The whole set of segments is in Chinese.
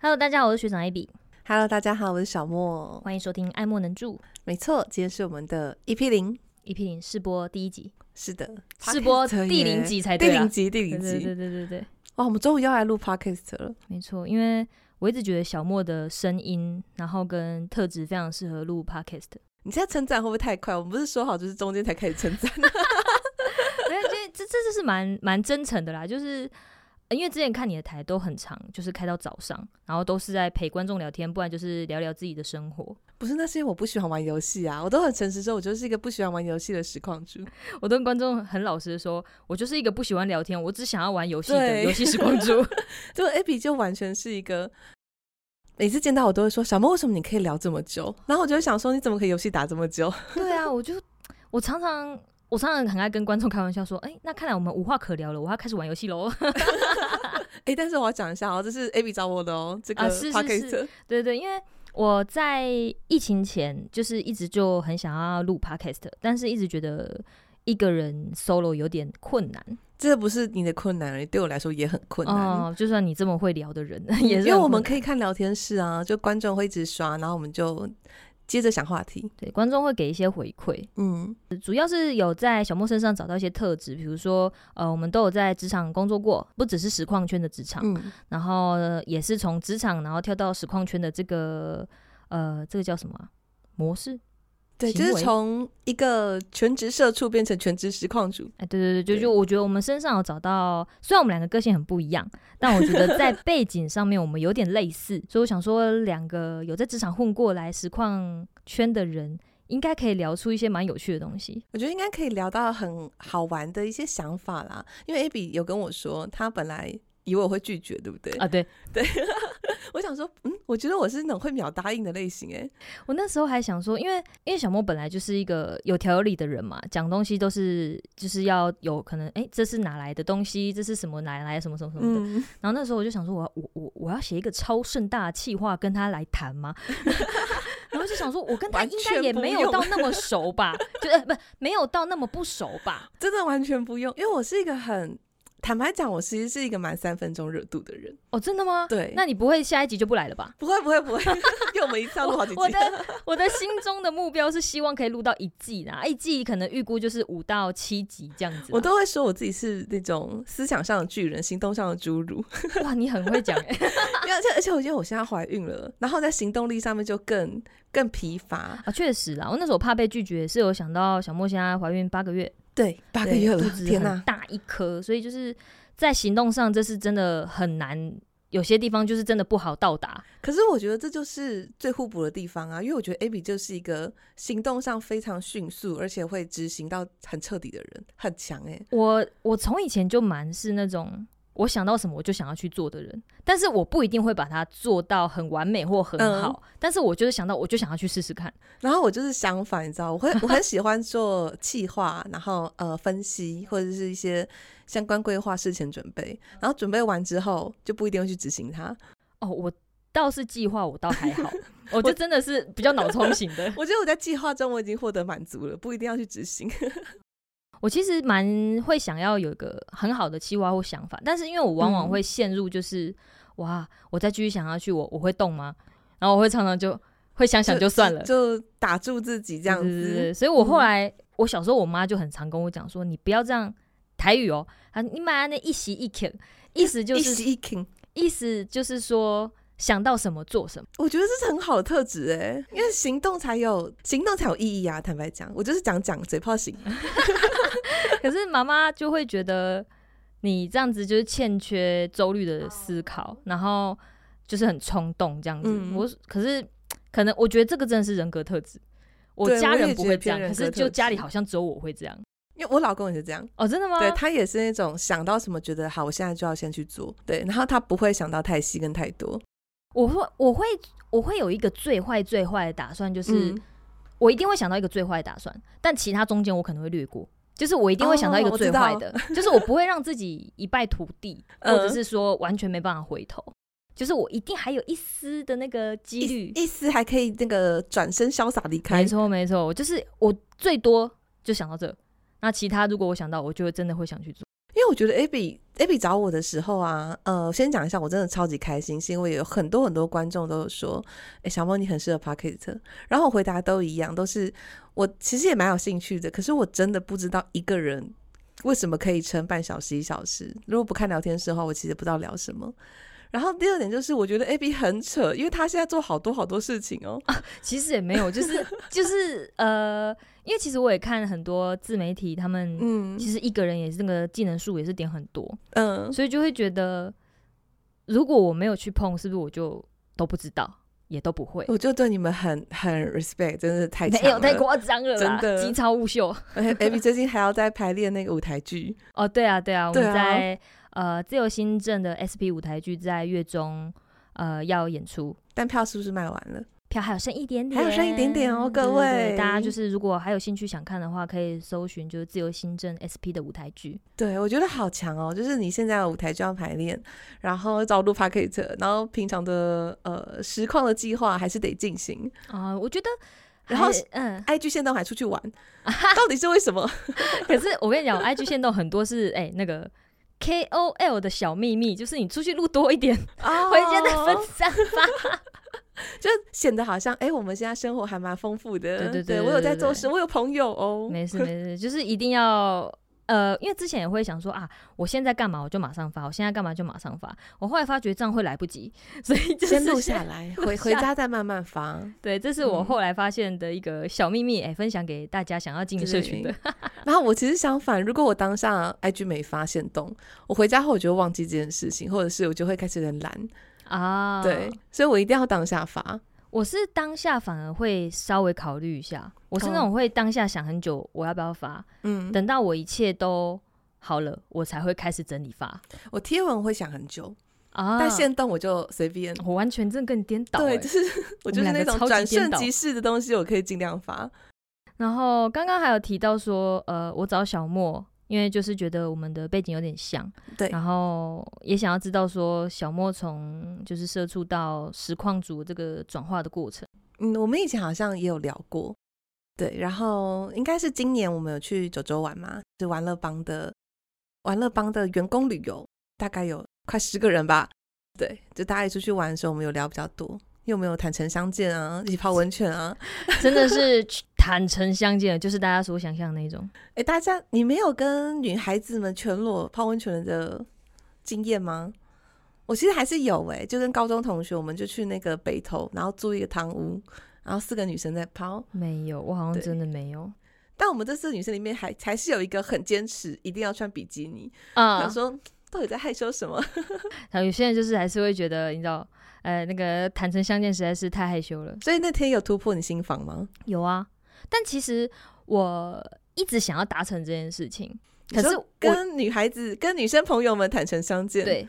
Hello，大家好，我是学长 AB， Hello，大家好，我是小莫。欢迎收听《爱莫能助没错，今天是我们的 EP 零，》 EP 零试播第一集， 是的，试播 Podcast 第耶零，集才 第对啊零，集，第对零对对集。对对对，哇，我们终于要来录 Podcast 了。没错，因为我一直觉得小莫的声音，然后跟特质非常适合录 Podcast，你现在称赞会不会太快？我们不是说好就是中间才开始称赞？没有，这哎这这这是蛮 蛮真诚的啦，就是。呃因为之前看你的台都很长，就是开到早上，然后都是在陪观众聊天，不然就是聊聊自己的生活。 不是，那是因为我不喜欢玩游戏啊。我都很诚实说，我就是一个不喜欢玩游戏的实况主。我跟观众很老实的说，我就是一个不喜欢聊天，我只想要玩游戏的对游戏时光珠。就 Abby 就完全是一个，每次见到我都会说：“小莫，为什么你可以聊这么久？”然后我就会想说：“你怎么可以游戏打这么久 对啊，我就我常常我常常很爱跟观众开玩笑说，哎、那看来我们无话可聊了，我要开始玩游戏喽。？”哎、但是我要讲一下哦，这是 Abby 找我的哦，这个啊是是 p o d c a s 是 对对，因为我在疫情前就是一直就很想要录 podcast，但是一直觉得一个人 solo 有点困难。这不是你的困难而已，对我来说也很困难。嗯哦、就算你这么会聊的人， 也是因为很我困难们可以看聊天室啊，就观众会一直刷，然后我们就接着想话题。对观众会给一些回馈，嗯，主要是有在小莫身上找到一些特质，比如说呃，我们都有在职场工作过，不只是实况圈的职场。嗯，然后呃也是从职场，然后跳到实况圈的这个呃，这个叫什么啊、模式？对，行就为是从一个全职社畜变成全职实况主。哎，对对对，就对就我觉得我们身上有找到，虽然我们两个个性很不一样，但我觉得在背景上面我们有点类似，所以我想说，两个有在职场混过来实况圈的人，应该可以聊出一些蛮有趣的东西。我觉得应该可以聊到很好玩的一些想法啦，因为 Abby 有跟我说，她本来以为我会拒绝，对不对？啊，对我想说，嗯，我觉得我是那种会秒答应的类型，哎，我那时候还想说，因为因为小莫本来就是一个有条有理的人嘛，讲东西都是就是要有可能，哎，这是哪来的东西，这是什么哪来的什么什么什么的，嗯，然后那时候我就想说我要，我我我要写一个超盛大的企划跟他来谈吗？ 然后就想说，我跟他完应全该也没有不用到那么熟 吧，就呃不没有到那么不熟吧？真的完全不用，因为我是一个很坦白讲，我其实是一个蛮三分钟热度的人。哦，真的吗？对，那你不会下一集就不来了吧？不会不会不会，因为我们一次要录 好几集。我的我的心中的目标是希望可以录到一季啦，一季可能预估就是五到七集这样子啦。 我都会说我自己是那种思想上的巨人，行动上的侏 儒。哇，你很会讲、欸、 没有而且而且我觉得我现在怀孕了，然后在行动力上面就更更疲乏。啊，确实啦，我那时候怕被拒绝，是有想到小莫现在怀孕八个月，对，八个对月了肚，子天很哪！大一颗，所以就是在行动上，这是真的很难。有些地方就是真的不好到达，可是我觉得这就是最互补的地方啊，因为我觉得 Abby 就是一个行动上非常迅速，而且会执行到很彻底的人，很强哎、我我从以前就蛮是那种我想到什么我就想要去做的人，但是我不一定会把它做到很完美或很嗯好，但是我就是想到我就想要去试试看。然后我就是相反，你知道，我会我很喜欢做企划，然后呃分析或者是一些相关规划、事前准备，然后准备完之后就不一定会去执行它。哦，我倒是计划我倒还 好，我就真的是比较脑冲型的。我觉得我在计划中我已经获得满足了，不一定要去执行。我其实蛮会想要有一个很好的计划或想法，但是因为我往往嗯会陷入就是、哇，我再继续想下去，我我会动吗？然后我会常常就会想想就算了，就就打住自己这样对对对子。嗯对所以我后来、我小时候我妈就很常跟我讲说，你不要这样台语哦，啊，你买那一席一肯，意思就一是息一停，意思就是说想到什么做什么。我觉得这是很好的特质哎、因为行动才有行动才有意义啊！坦白讲，我就是讲讲嘴炮型，可是妈妈就会觉得你这样子就是欠缺周率哦的思考，然后就是很冲动这样子。嗯我可是可能我觉得这个真的是人格特质，我对家我也人不会觉得这样，偏人可格是特就家里质好像只有我会这样。因为我老公也是这样。哦，真的吗？对他也是那种想到什么觉得好，我现在就要先去做。对，然后他不会想到太细跟太多，我会我会我会有一个最坏最坏的打算，就是、嗯我一定会想到一个最坏的打算，但其他中间我可能会略过。就是我一定会想到一哦个我最知道坏的，就是我不会让自己一败涂地，或嗯者是说完全没办法回头。就是我一定还有一丝的那个几率一，一丝还可以那个转身潇洒离没开。错没错，我就是我最多就想到这，那其他如果我想到，我就会真的会想去做。因为为我觉得 Abby Abby 找我的时候啊，呃，先讲一下，我真的超级开心，是因为有很多很多观众都有说，哎、小猫你很适合 Pocket，然后我回答都一样，都是我其实也蛮有兴趣的，可是我真的不知道一个人为什么可以撑半小时一小时，如果不看聊天室的话，我其实不知道聊什么。然后第二点就是，我觉得 A B 很扯，因为他现在做好多好多事情哦。其实也没有，就是 就是呃，因为其实我也看很多自媒体，他们嗯其实一个人也是那个技能数也是点很多，嗯，所以就会觉得，如果我没有去碰，是不是我就都不知道，也都不会？我就对你们很很 respect，真的是太 没强有了。太夸张了啦，真的机超物秀。而且 A B 最近还要在排练那个舞台剧，哦，对啊，对啊，我对们啊在呃自由新政的 SP 舞台剧在月中呃要演出，但票是不是卖完了？票还有剩一点点，还有剩一点点哦对各对对位大家就是如果还有兴趣想看的话，可以搜寻就是自由新政 SP 的舞台剧。对，我觉得好强哦！就是你现在的舞台就要排练，然后找录 p o c a s t 然后平常的呃实况的计划还是得进行。啊、我觉得还。然后，嗯 IG 现动还出去 玩，到底是为什么？可是我跟你讲我，IG 我线动很多是哎、那个 KOL 的小秘密，就是你出去录多一点，回 回家再分散吧。 就显得好像哎、我们现在生活还蛮丰富的。对对对我有在对对做对事，我有朋友哦。没事没事，就是一定要呃，因为之前也会想说啊，我现在干嘛我就马上发，我现在干嘛就马上发。我后来发觉这样会来不及， 所以就是先录下。来，回回下家再慢慢发。 对，这是我嗯后来发现的一个小秘密，哎、分享给大家想要进社群的。 然后我其实相反，如果我当下 IG 没发现动，我回家后我就会忘记这件事情，或者是我就会开始有点懒。啊，对，，所以我一定要当下发。我是当下反而会稍微考虑一下，我是那种会当下想很久我要不要发，嗯，等到我一切都好了，我才会开始整理发我贴文会想很久，啊。但现动我就随便。我完全真的跟你颠倒、哎对，就是我就是们两那个种超级转颠瞬倒即逝的东西，我可以尽量发。然后刚刚还有提到说，呃，我找小莫，因为就是觉得我们的背景有点像，对然后也想要知道说小莫从就是社畜到实况组这个转化的过程。嗯，我们以前好像也有聊过，对，然后应该是今年我们有去九州玩嘛，是玩乐帮的玩乐帮的员工旅游，大概有快十个人吧，对，就大家一起出去玩的时候，我们有聊比较多，又没有坦诚相见啊，一起泡温泉啊，真的是坦诚相见，就是大家所想象的那种。哎，大家你没有跟女孩子们全裸泡温泉的经验吗？我其实还是有哎、就跟高中同学，我们就去那个北投，然后租一个汤屋，然后四个女生在泡，没有，我好像对真的没有但我们这次女生里面还还是有一个很坚持，一定要穿比基尼。啊想。说到底在害羞什么？ 然后有些人就是还是会觉得，你知道，呃，那个坦诚相见实在是太害羞了。所以那天有突破你心房吗？有啊，但其实我一直想要达成这件事情，可你是说我跟女孩子、跟女生朋友们坦诚相见，，对，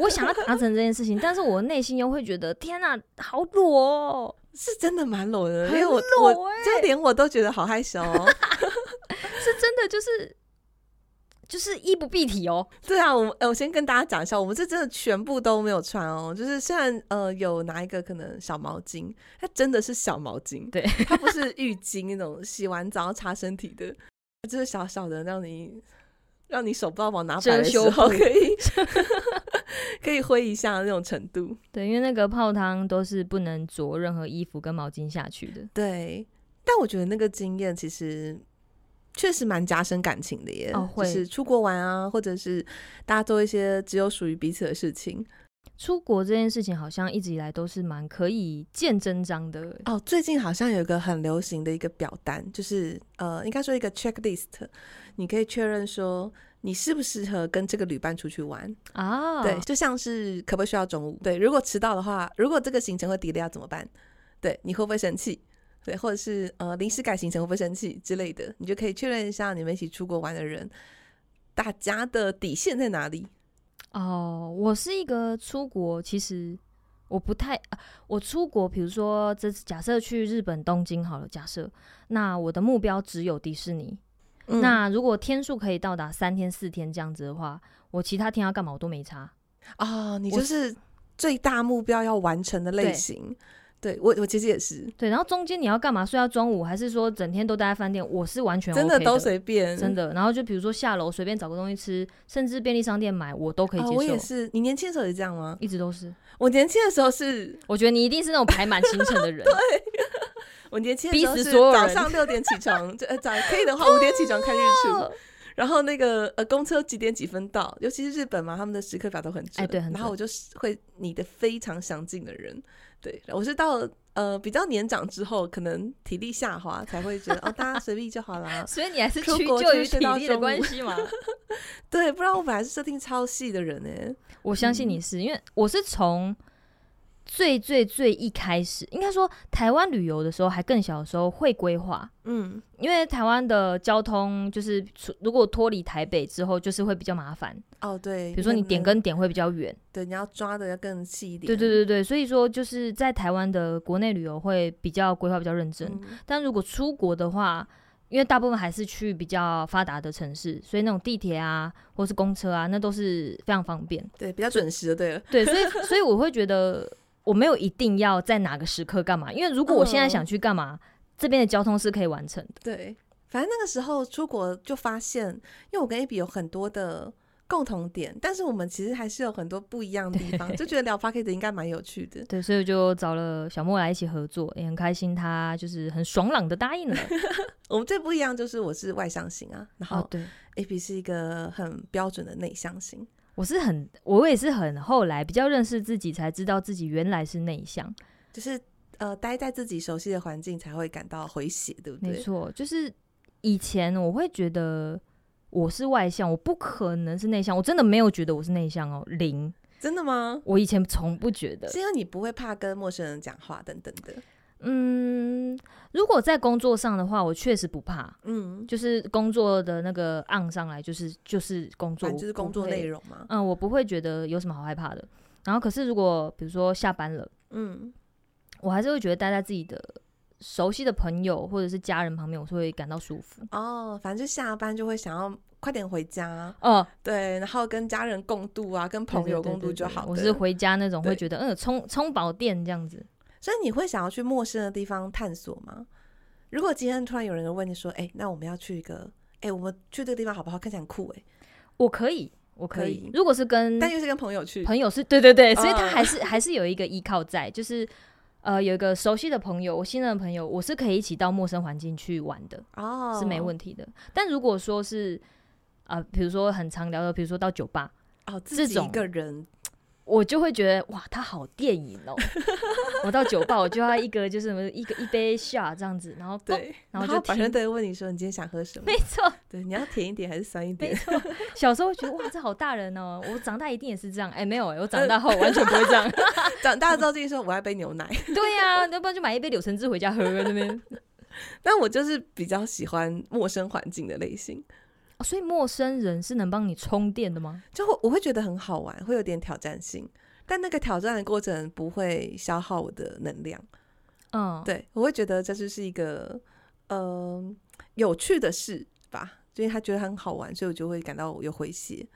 我想要达成这件事情，但是我内心又会觉得，天哪、好裸哦，是真的蛮裸的，因很为我我裸哎、就连我都觉得好害羞、哦。是真的就是就是衣不蔽体哦，对啊，我们呃我先跟大家讲一下，我们这真的全部都没有穿哦，就是虽然呃有拿一个可能小毛巾，它真的是小毛巾，对，它不是浴巾那种洗完澡要擦身体的，它就是小小的让你让你手不知道往哪摆的时遮羞候布可 以可以挥一下那种程度，对，因为那个泡汤都是不能着任何衣服跟毛巾下去的。对，但我觉得那个经验其实。确实蛮加深感情的耶，哦就会是出国玩啊，或者是大家做一些只有属于彼此的事情，出国这件事情好像一直以来都是蛮可以见真章的，哦，最近好像有一个很流行的一个表单，就是呃，应该说一个 checklist，你可以确认说你适不适合跟这个旅伴出去玩。啊，对，就像是可不可以睡到中午？对，如果迟到的话，如果这个行程会 delay 要怎么办？对，你会不会生气？对，或者是呃临时改行程会不会生气之类的，你就可以确认一下你们一起出国玩的人，大家的底线在哪里？哦，我是一个出国，其实我不太，啊我出国，比如说这次假设去日本东京好了，假设那我的目标只有迪士尼。嗯那如果天数可以到达三天四天这样子的话，我其他天要干嘛我都没差。啊、你我就是最大目标要完成的类型。对我我其实也是，对，然后中间你要干嘛？睡到中午，还是说整天都待在饭店？我是完全 OK 真的的都随便，真的。然后就比如说下楼随便找个东西吃，甚至便利商店买，我都可以啊、接我也受。是，你年轻的时候也这样吗？一直都是，我年轻的时候是，我觉得你一定是那种排满行程 的人，我年轻的逼时候死是所有早人上六点起床，就呃早可以 的话五点起床看日哦出，然后那个呃公车几点几分到，尤其是日本嘛，他们的时刻表都很准，哎对很然后我就是会拟的非常详尽的人，对，我是到了呃比较年长之后，可能体力下滑才会觉得哦大家随意就好 啦，所以你还是出屈国就就于是体到力的中关午系嘛。对，不然我本来是设定超细的人哎，我相信你是、因为我是从最最最一开始，应该说台湾旅游的时候还更小的时候会规划，嗯，因为台湾的交通就是除如果脱离台北之后，就是会比较麻烦，哦对，比如说你可点能跟点会比较远。对你要抓的要更细一点，对对对对，所以说就是在台湾的国内旅游会比较规划比较认真，嗯但如果出国的话，因为大部分还是去比较发达的城市，所以那种地铁啊或是公车啊，那都是非常方便。 对比较准时的，对了。对，所以所以我会觉得我没有一定要在哪个时刻干嘛，因为如果我现在想去干嘛，这边的交通是可以完成的。对，反正那个时候出国就发现，因为我跟 A B 有很多的共同点，但是我们其实还是有很多不一样的地方，就觉得聊 p a c k e t 应该蛮有趣的。对，所以我就找了小莫来一起合作，也很开心，他就是很爽朗的答应了。 我们最不一样就是我是外向型啊，然哦后，对， A B 是一个很标准的内向型。我是很，我也是很后来比较认识自己，才知道自己原来是内向。就是呃，待在自己熟悉的环境才会感到回血，对不没对？错，就是以前我会觉得我是外向，我不可能是内向，我真的没有觉得我是内向哦，零。真的吗？我以前从不觉得是，因为你不会怕跟陌生人讲话等等的，嗯，如果在工作上的话，我确实不怕，嗯，就是工作的那个 on 上来，就是就是工作，反正就是工作内容。容嘛，嗯，我不会觉得有什么好害怕的。然后，可是如果比如说下班了，嗯，我还是会觉得待在自己的熟悉的朋友或者是家人旁边，我是会感到舒服。哦，反正就下班就会想要快点回家，哦、对，然后跟家人共度啊，跟对朋对友对共度对就对好我的是回家那种会对觉得，嗯，充充饱电这样子。所以你会想要去陌生的地方探索吗？如果今天突然有人问你说：“哎、那我们要去一个，哎、我们去这个地方好不好？看起来很酷哎、我可以，我可可以以。如果是跟但又是跟朋友去，嗯朋友是，对对对，所以他嗯还是还是有一个依靠在，就是呃有一个熟悉的朋友，我信任的朋友，我是可以一起到陌生环境去玩的，哦，是没问题的。但如果说是啊，呃比如说很常聊的，比如说到酒吧，哦，自这己一种哦个人我就会觉得哇，他好电影 哦！我到酒吧，我就要一个就是什么一个一杯下这样子，然后对，然后就本身听都会问你说你今天想喝什么没？错，对，你要甜一点还是酸一没点？错，小时候觉得哇，这好大人哦！我长大一定也是这样。哎、没有、哎，我长大后完全不会这样。 嗯长大之后自己说我要一杯牛奶，对呀、要不然就买一杯柳橙汁回家喝那边、但我就是比较喜欢陌生环境的类型，哦所以陌生人是能帮你充电的吗？就会我会觉得很好玩，会有点挑战性，但那个挑战的过程不会消耗我的能量。嗯，对，我会觉得这就是一个呃有趣的事吧，因为他觉得很好玩，所以我就会感到有回血。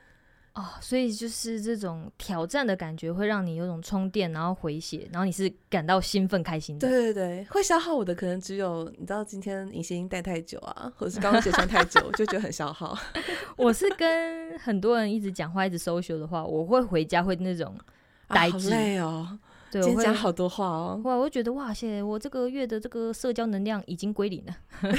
哦，所以就是这种挑战的感觉会让你有种充电，然后回血，然后你是感到兴奋开心对的。对对，会消耗我的可能只有你知道今天隐形戴太久啊，或者是高跟鞋穿太久， 我就觉得很消耗。啊我是跟很多人一直讲话、一直 social 的话，我会回家会那种，啊、呆好滞累哦，对，今我天会讲好多话哦。哇，我会觉得哇塞，我这个月的这个社交能量已经归零了，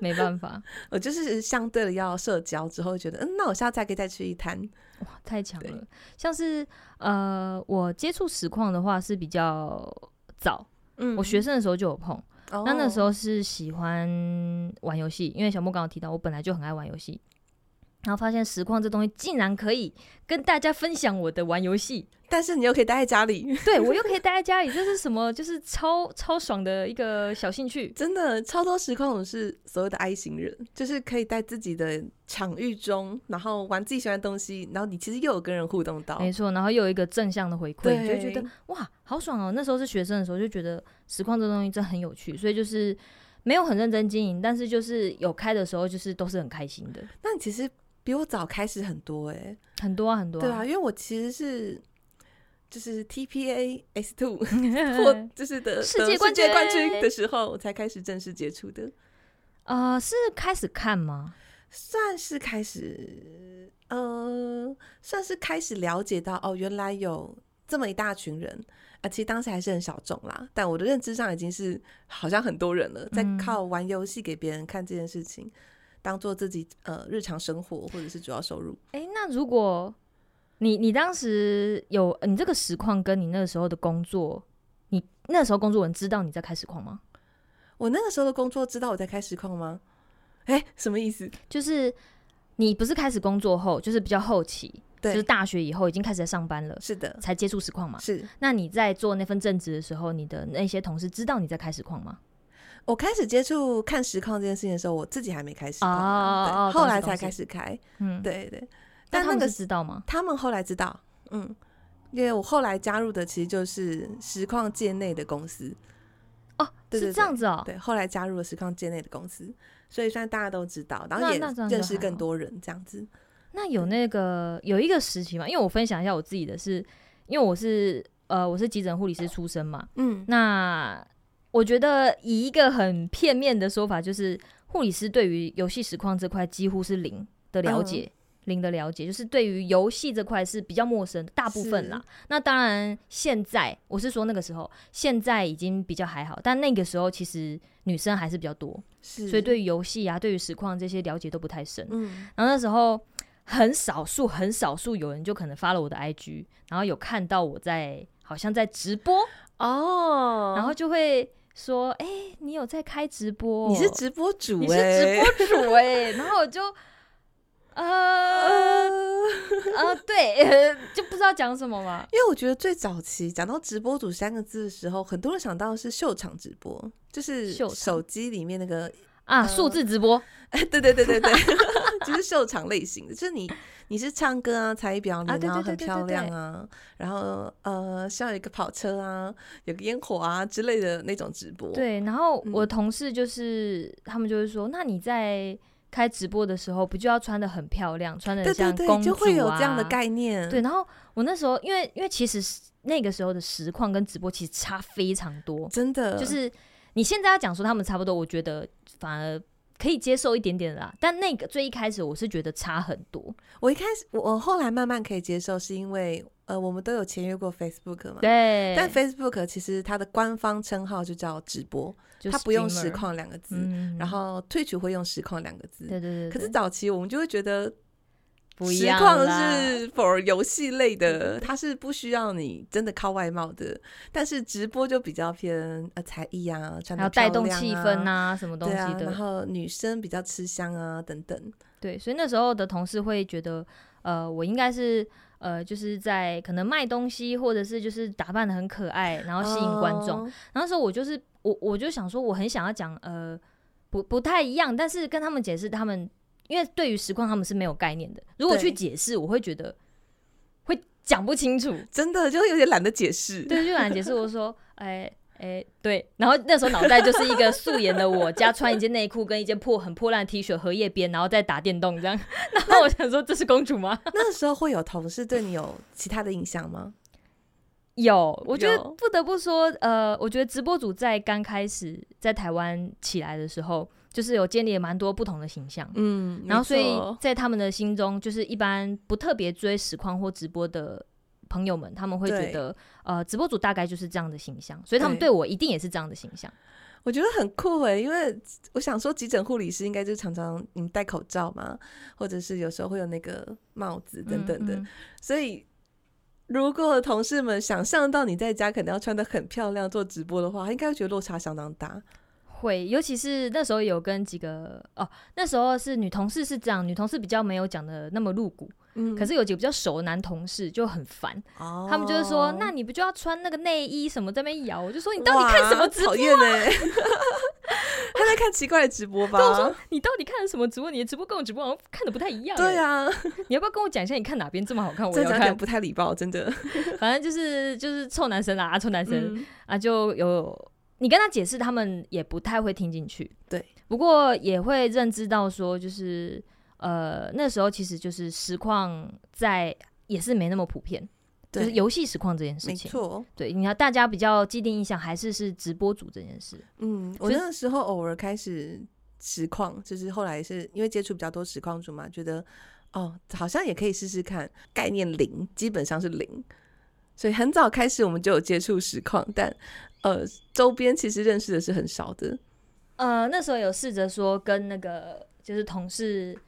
没办法，我就是相对的要社交之后，觉得嗯，那我下次还可以再去一摊。哇，太强对了。像是呃，我接触实况的话是比较早，嗯我学生的时候就有碰。哦那那时候是喜欢玩游戏，因为小莫刚刚有提到，我本来就很爱玩游戏，然后发现实况这东西竟然可以跟大家分享我的玩游戏，但是你又可以待在家里，对我又可以待在家里，这是什么？就是超超爽的一个小兴趣。真的超多实况我是所谓的 I 型人，就是可以在自己的场域中，然后玩自己喜欢的东西，然后你其实又有跟人互动到，没错，然后又有一个正向的回馈，对，你就会觉得哇，好爽哦！那时候是学生的时候，就觉得实况这东西真的很有趣，所以就是没有很认真经营，但是就是有开的时候，就是都是很开心的，那你其实比我早开始很多哎、 很多啊，很多、对啊，因为我其实是就是 TPA S Two 或就是的世得界冠世界冠军军的时候，我才开始正式接触的，呃，是开始看吗？算是开始，呃，算是开始了解到哦，原来有这么一大群人啊。其实当时还是很小众啦，但我的认知上已经是好像很多人了，在嗯靠玩游戏给别人看这件事情，当做自己呃日常生活或者是主要收入。诶，那如果你你当时有你这个实况跟你那个时候的工作，你那时候工作人知道你在开实况吗？我那个时候的工作，知道我在开实况吗？哎，什么意思？就是你不是开始工作后，就是比较后期，就对是大学以后已经开始在上班了，是的，才接触实况嘛？是那你在做那份正职的时候，你的那些同事知道你在开实况吗？我开始接触看实况这件事情的时候，我自己还没开实况哦哦啊，哦对后懂来事懂才事开始开。嗯，对对，那但他那们个是知道吗？他们后来知道，嗯，因为我后来加入的其实就是实况界内的公司，哦，对对是这样子哦。对，后来加入了实况界内的公司，所以算大家都知道，然那后也那这样就认识还更好多人这样子。那有那个有一个时期嘛，因为我分享一下我自己的是，因为我是呃我是急诊护理师出身嘛，嗯，那我觉得以一个很片面的说法，就是护理师对于游戏实况这块几乎是零的嗯了解。零的了解，就是对于游戏这块是比较陌生的，大部分啦。那当然，现在我是说那个时候，现在已经比较还好，但那个时候其实女生还是比较多，是，所以对于游戏啊，对于实况这些了解都不太深。嗯然后那时候很少数、很少数有人就可能发了我的 IG，然后有看到我在好像在直播，哦然后就会说：“哎、你有在开直播哦？你是欸直播主、欸，你是直播主哎、 然后我就呃呃，对， 呃就不知道讲什么嘛。 因为我觉得最早期讲到直播主三个字的时候，很多人想到的是秀场直播，就是秀场手机里面那个，啊，数字直播 对对对 对对，就是秀场类型的，就是你你是唱歌啊，才艺表演啊对对对很对对漂亮对啊，然后呃，像有一个跑车啊，有个烟火啊之类的那种直播，，对，然后我嗯同事就是、他们就会说，那你在开直播的时候，不就要穿的很漂亮，穿的对对像公主啊对，就会有这样的概念，对，，然后我那时候因为因为其实是那个时候的实况跟直播其实差非常多，真的就是你现在要讲说他们差不多，我觉得反而可以接受一点点啦。但那个最一开始我是觉得差很多，我一开始我我后来慢慢可以接受，是因为呃，我们都有签约过 Facebook 嘛。对，嗯但 Facebook 其实它的官方称号就叫直播，就它不用 streamer 实，况两个字，嗯，然后退取会用实况两个字。对对对，可是对早期我们就会觉得不一实样况啦嗯是 for 游戏类的，它是不需要你真的靠外貌的。但是直播就比较偏呃才艺啊，穿还有的、带动气氛呐、呐、什么东对西啊，的然，后女生比较吃香啊等等。对，所以那时候的同事会觉得，呃，我应该是呃，就是在可能卖东西，或者是就是打扮的很可爱，然后吸引观众。哦然后那时候我就是我，我就想说，我很想要讲呃，不不太一样，但是跟他们解释，他们因为对于实况他们是没有概念的，如果对去解释，我会觉得会讲不清楚。真的就有点懒得解释。对，就懒得解释，我说，哎、哎、对，然后那时候脑袋就是一个素颜的我，加穿一件内裤跟一件破很破烂的 T 恤荷叶边，然后再打电动这样。 然后我想说，这是公主吗？那时候会有同事对你有其他的印象 吗？有，我觉得有不得不说，呃，我觉得直播主在刚开始在台湾起来的时候，就是有建立了蛮多不同的形象。嗯然后，所以在他们的心中，就是一般不特别追实况或直播的朋友们，他们会觉对得，呃，直播主大概就是这样的形象，所以他们对对我一定也是这样的形象。我觉得很酷诶，因为我想说，急诊护理师应该就是常常你们戴口罩嘛，或者是有时候会有那个帽子等等的，嗯嗯所以。如果同事们想象到你在家可能要穿的很漂亮做直播的话，应该会觉得落差相当大。会，尤其是那时候有跟几个哦，那时候是女同事是这样，女同事比较没有讲的那么露骨，嗯可是有几个比较熟的男同事就很烦，哦他们就是说，那你不就要穿那个内衣什么在那边摇？我就说你到底看什么直播啊哇讨？厌呢、 他在看奇怪的直播吧？你到底看了什么直播？你的直播跟我直播好像看的不太一样。对，啊，你要不要跟我讲一下你看哪边这么好 看？我这要讲点看。不太礼貌，真的。反正就是就是臭男生啦，啊臭男生。嗯啊，就有你跟他解释，他们也不太会听进去。对，不过也会认知到说，就是呃，那时候其实就是实况在也是没那么普遍，就对是游戏实况这件事没情。错，对，你看大家比较既定印象还是是直播主这件事。嗯，我所以那个时候偶尔开始实况，就是后来是因为接触比较多实况主嘛，觉得哦，好像也可以试试看，概念零，基本上是零，所以很早开始我们就有接触实况，但呃，周边其实认识的是很少的，呃，那时候有试着说跟那个就是同事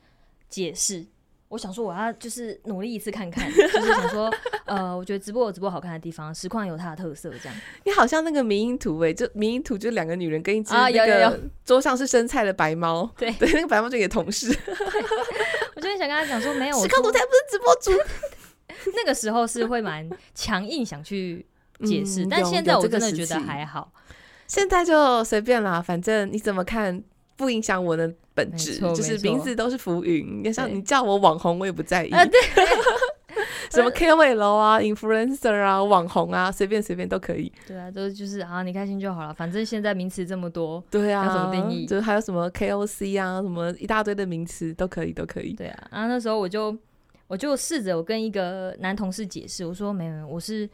解释，我想说我要就是努力一次看看，就是想说，呃，我觉得直播有直播好看的地方，实况有它的特色，这样。你好像那个迷因图诶、就迷因图就两个女人跟一只啊那有有有个桌上是生菜的白猫，对对，那个白猫就你的 同事，实我就是想跟他讲说，没有，我况主才不是直播主，那个时候是会蛮强硬想去解释，嗯但有现在有我这个真的时觉得期还好，现在就随便啦，反正你怎么看不影响我的本没质，错就没是错名字都是浮云。你像对你叫我网红，我也不在意。啊对 什么 KOL 啊、influencer 啊、网红啊，随便随便都可以。对啊，都就是啊，你开心就好了，反正现在名词这么多，对啊，要怎么定义就是还有什么 KOC 啊，什么一大堆的名词都可以，都可以。对啊，然后那时候我就我就试着我跟一个男同事解释，我说没有没有，我是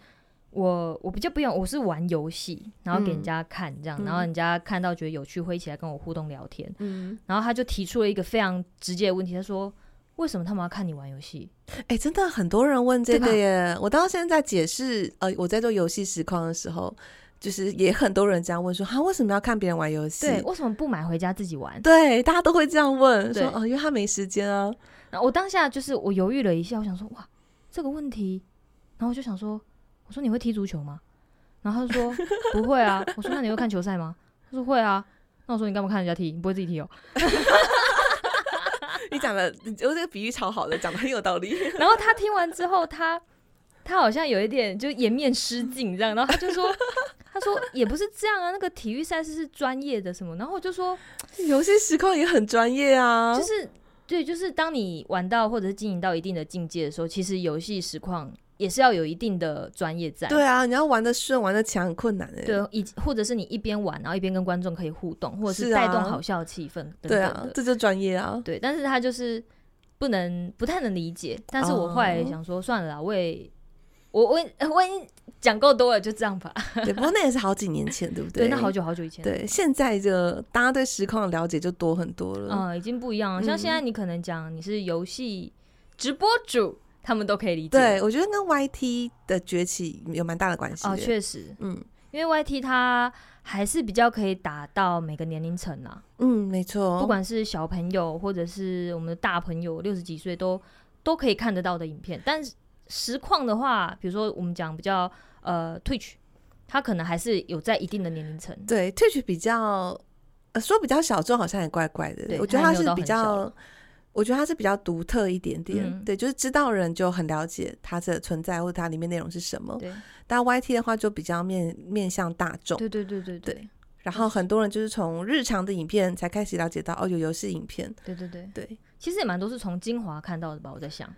我我比较不一样，我是玩游戏，然后给人嗯家看这样，嗯然后人家看到觉得有趣会一起来跟我互动聊天，嗯，然后他就提出了一个非常直接的问题，他说为什么他们要看你玩游戏？哎，真的很多人问这对吧个耶。我到现在解释，呃，我在做游戏实况的时候，就是也很多人这样问说，哈，为什么要看别人玩游戏？对，为什么不买回家自己玩？对，大家都会这样问，对说哦，因为他没时间啊。然后我当下就是我犹豫了一下，我想说哇这个问题，然后我就想说，我说你会踢足球吗？然后他就说不会啊。我说那你会看球赛吗？他说会啊。那我说你干嘛看人家踢？你不会自己踢哦。你讲的，我这个比喻超好的，讲的很有道理。 然后他听完之后，他他好像有一点就颜面失敬这样，然后他就说 他说也不是这样啊，那个体育赛事是专业的什么，然后我就说游戏实况也很专业啊，就是对，就是当你玩到或者是经营到一定的境界的时候，其实游戏实况也是要有一定的专业在。对啊，你要玩的顺，玩的强很困难哎、对，以或者是你一边玩，然后一边跟观众可以互动，或者是是啊带动好笑的气氛等等对的。啊，这就专业啊。对，但是他就是不能不太能理解。但是我后来哦想说，算了啦，我也我我也我已经讲够多了，就这样吧。 对，不过那也是好几年前，对不对，对，那好。久好久以前，，对，现在这个大家对实况的了解就多很多了。嗯、已经不一样了。像现在你可能讲你是游戏直播主，他们都可以理解。对，，我觉得跟 YT 的崛起有蛮大的关系的。哦，确实，嗯因为 YT 它还是比较可以打到每个年龄层啊啦。嗯，没错。不管是小朋友或者是我们的大朋友，六十几岁都都可以看得到的影片。但是实况的话，比如说我们讲比较呃 Twitch，它可能还是有在一定的年龄层。对 Twitch 比较、呃、说比较小众，好像也怪怪的对。我觉得它也没它有是到比很小较了，我觉得它是比较独特一点点。嗯对，就是知道人就很了解它的存在或者它里面内容是什么。对但 YT 的话就比较面面向大众，对对对对对然后很多人就是从日常的影片才开始了解到哦，有游戏影片。对对对，对，其实也蛮多是从精华看到的吧？我在想，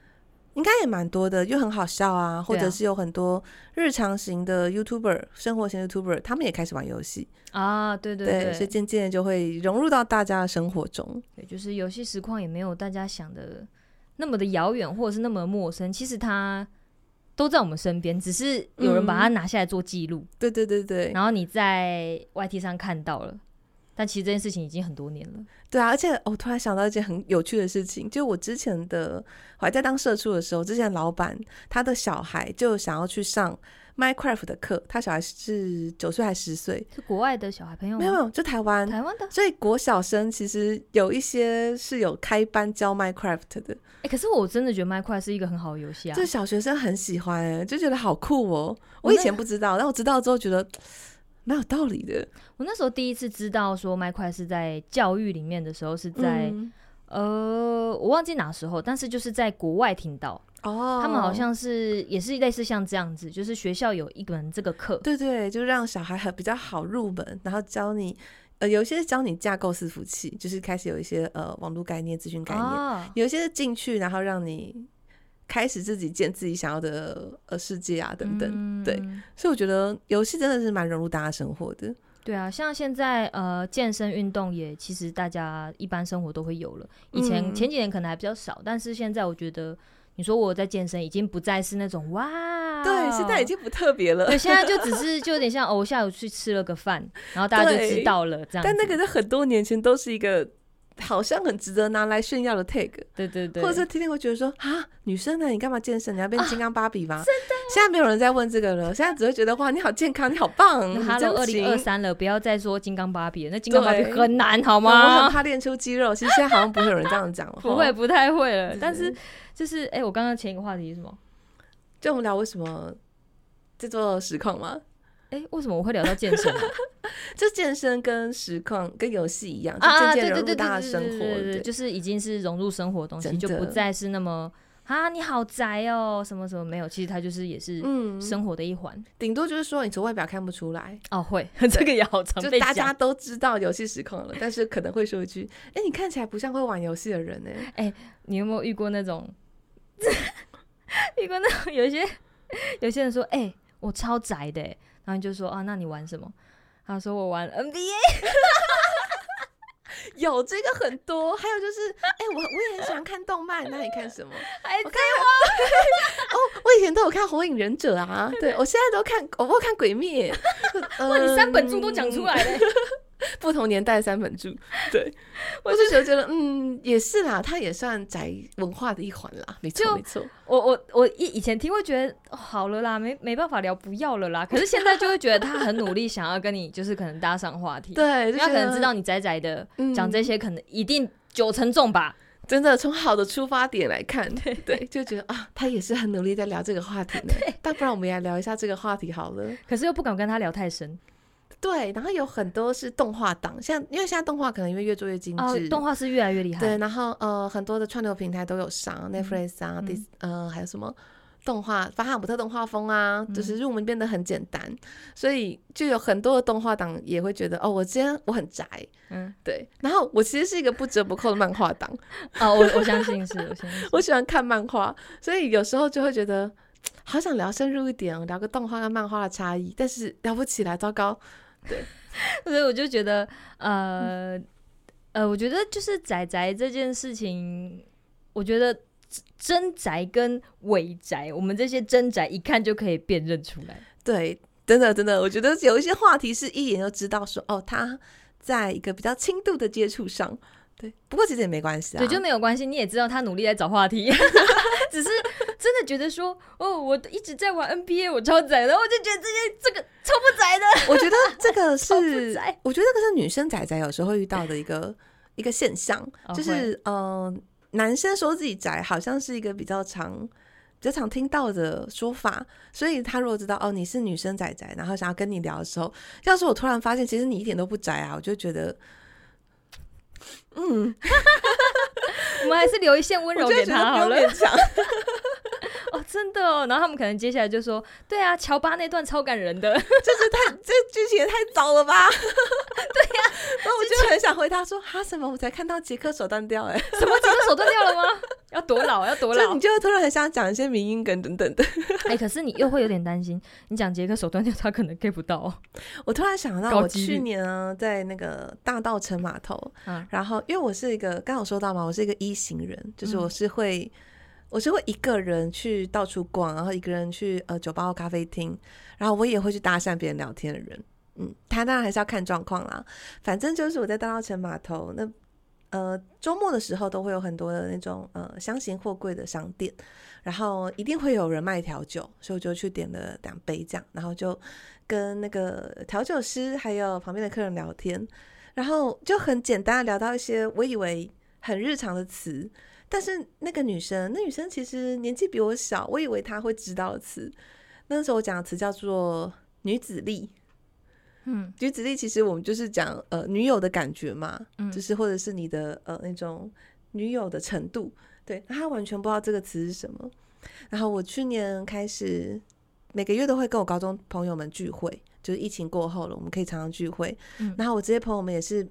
应该也蛮多的，又很好笑啊，或对啊者是有很多日常型的 YouTuber、生活型 YouTuber，他们也开始玩游戏，啊，对对所以渐渐地就会融入到大家的生活中。对，就是游戏实况也没有大家想的那么的遥远，或者是那么陌生。其实它都在我们身边，只是有人把它拿下来做记录，对对对对，然后你在 YT 上看到了。但其实这件事情已经很多年了，对啊，而且我突然想到一件很有趣的事情，就我之前的我还在当社畜的时候，之前老板他的小孩就想要去上 Minecraft 的课，他小孩是九岁还是十岁？是国外的小孩朋友吗没有没有，就台湾。台湾的。哎、所以国小生其实有一些是有开班教 Minecraft 的，哎可是我真的觉得麦块是一个很好的游戏啊就。小学生很喜欢、欸，就觉得好酷哦、我我以那前不知道，但我知道之后觉得蛮有道理的，我那时候第一次知道说麦块是在教育里面的时候，是在、嗯呃我忘记哪时候，但是就是在国外听到，哦，他们好像是也是类似像这样子，就是学校有一门这个课，对对，就让小孩很比较好入门，然后教你，呃，有一些是教你架构伺服器，就是开始有一些呃网络概念、资讯概念，啊，有一些是进去，然后让你开始自己建自己想要的呃世界啊等等。嗯对所以我觉得游戏真的是蛮融入大家生活的。对啊，像现在呃健身运动也其实大家一般生活都会有了，以前、嗯前几年可能还比较少，但是现在我觉得你说我在健身，已经不再是那种哇，哦对，现在已经不特别了。对，现在就只是就有点像哦，我下午去吃了个饭，然后大家就知道了这样子。 但那个在很多年前都是一个好像很值得拿来炫耀的 tag，对对对，啊或者是天天会觉得说啊，女生呢，你干嘛健身？你要变金刚芭比吗？真的，现在没有人在问这个了，现在只会觉得哇，你好健康，你好 棒，你嗯哈喽，二真零行二三了，不要再说金刚芭比了，那金刚芭比对很难好我吗很？怕练出肌肉，其实现在好像不会有人这样讲了，不会，吼，不太会了。 对但是就是，哎、我刚刚前一个话题是什么？就我们聊为什么在做实况嘛，哎、为什么我会聊到健身啊？就健身跟实况跟游戏一样，就啊，对渐渐对融对入对大家对生活，对对对，就是已经是融入生活的东西，真就的不再是那么啊，你好宅哦，什么什么没有。其实它就是也是嗯，生活的一环。顶多就是说你从外表看不出来，哦，会， 这个也好常就被大讲家。都知道游戏实况了，但是可能会说一句：“哎、你看起来不像会玩游戏的人呢、你有没有遇过那种？ 遇过那种有一些有些人说，哎、我超宅的欸，然后你就说啊，那你玩什么？他说我玩 NBA，有这个很多，还有就是， 哎、我我也很喜欢看动漫，那你看什么？ 还我看 哦，我以前都有看《火影忍者》 啊，对我现在都看，我有看《鬼灭》嗯。哇，你三本柱都讲出来了，不同年代的三本柱， 对，我就觉得觉得，嗯，也是啦，它也算宅文化的一环啦，没就错没错，我我我以以前听会觉得、哦、好了啦，没没办法聊，不要了啦。可是现在就会觉得他很努力，想要跟你就是可能搭上话题，对，因为就他觉可得能知道你宅宅的，嗯讲这些可能一定九成中吧。真的从好的出发点来 看，对就觉得啊，他也是很努力在聊这个 话题呢。但不然我们也来聊一下这个话题好了。可是又不敢跟他聊太深对，然后有很多是动画党，像因为现在动画可能因为越做越精哦致，，动画是越来越厉害对，，然后呃很多的串流平台都有上，Netflix 啊，嗯 Dis 呃还有什么。动画法哈姆特动画风啊，嗯就是入门变得很简单，所以就有很多的动画党也会觉得哦，我今天我很宅，嗯，对。然后我其实是一个不折不扣的漫画党，哦，我我相信是，我相信是。我喜欢看漫画，所以有时候就会觉得好想聊深入一点哦，聊个动画跟漫画的差异，但是聊不起来，糟糕。 所以我就觉得，呃，呃，我觉得就是宅宅这件事情，我觉得真真宅跟伪宅，我们这些真宅一看就可以辨认出来。对，真的真的，我觉得有一些话题是一眼就知道说，哦，他在一个比较轻度的接触上，对，不过其实也没关系啊，对，就没有关系。你也知道他努力在找话 题，只是真的觉得说，哦，我一直在玩 NBA，我超宅的，我就觉得这些这个超不宅的。我觉得这个超不是宅，我觉得这个是女生仔仔有时候会遇到的一个一个现象，哦就是呃，男生说自己宅好像是一个比较常。比较常听到的说法，所以他如果知道哦你是女生仔仔，然后想要跟你聊的时候，要是我突然发现其实你一点都不宅啊，我就觉得 我们还是留一线温我柔给就会觉得他不好用了。勉强。哦，真的哦。然后他们可能接下来就说，对啊，乔巴那段超感人的。 这剧情也太糟了吧？ 对呀、然后我就很想回答说哈什么？我才看到杰克手断掉哎、欸，什么？整个手断掉了吗？要多老？要多就老你？就会突然很想讲一些民音梗等等的。 哎、可是你又会有点担心，你讲杰克手断掉，他可能 get 不到、哦。我突然想到，高我几率去年啊，在那个大道城码头，嗯然后因为我是一个刚好说到嘛，我是一个一行人，就是我是会、我是会一个人去到处逛，然后一个人去呃酒吧或咖啡厅，然后我也会去搭讪别人聊天的人。嗯，他当然还是要看状况啦。反正就是我在大道城码头那。呃，周末的时候都会有很多的那种呃箱型货柜的商店，然后一定会有人卖调酒，所以我就去点了两杯这样，然后就跟那个调酒师还有旁边的客人聊天，然后就很简单的聊到一些我以为很日常的词，但是那个女生，那女生其实年纪比我小，我以为她会知道的词。那时候我讲的词叫做女子力，嗯女子力其实我们就是讲呃女友的感觉嘛，嗯就是或者是你的呃那种女友的程度，对，那她完全不知道这个词是什么。然后我去年开始每个月都会跟我高中朋友们聚会，就是疫情过后了，我们可以常常聚会。嗯然后我这些朋友们也是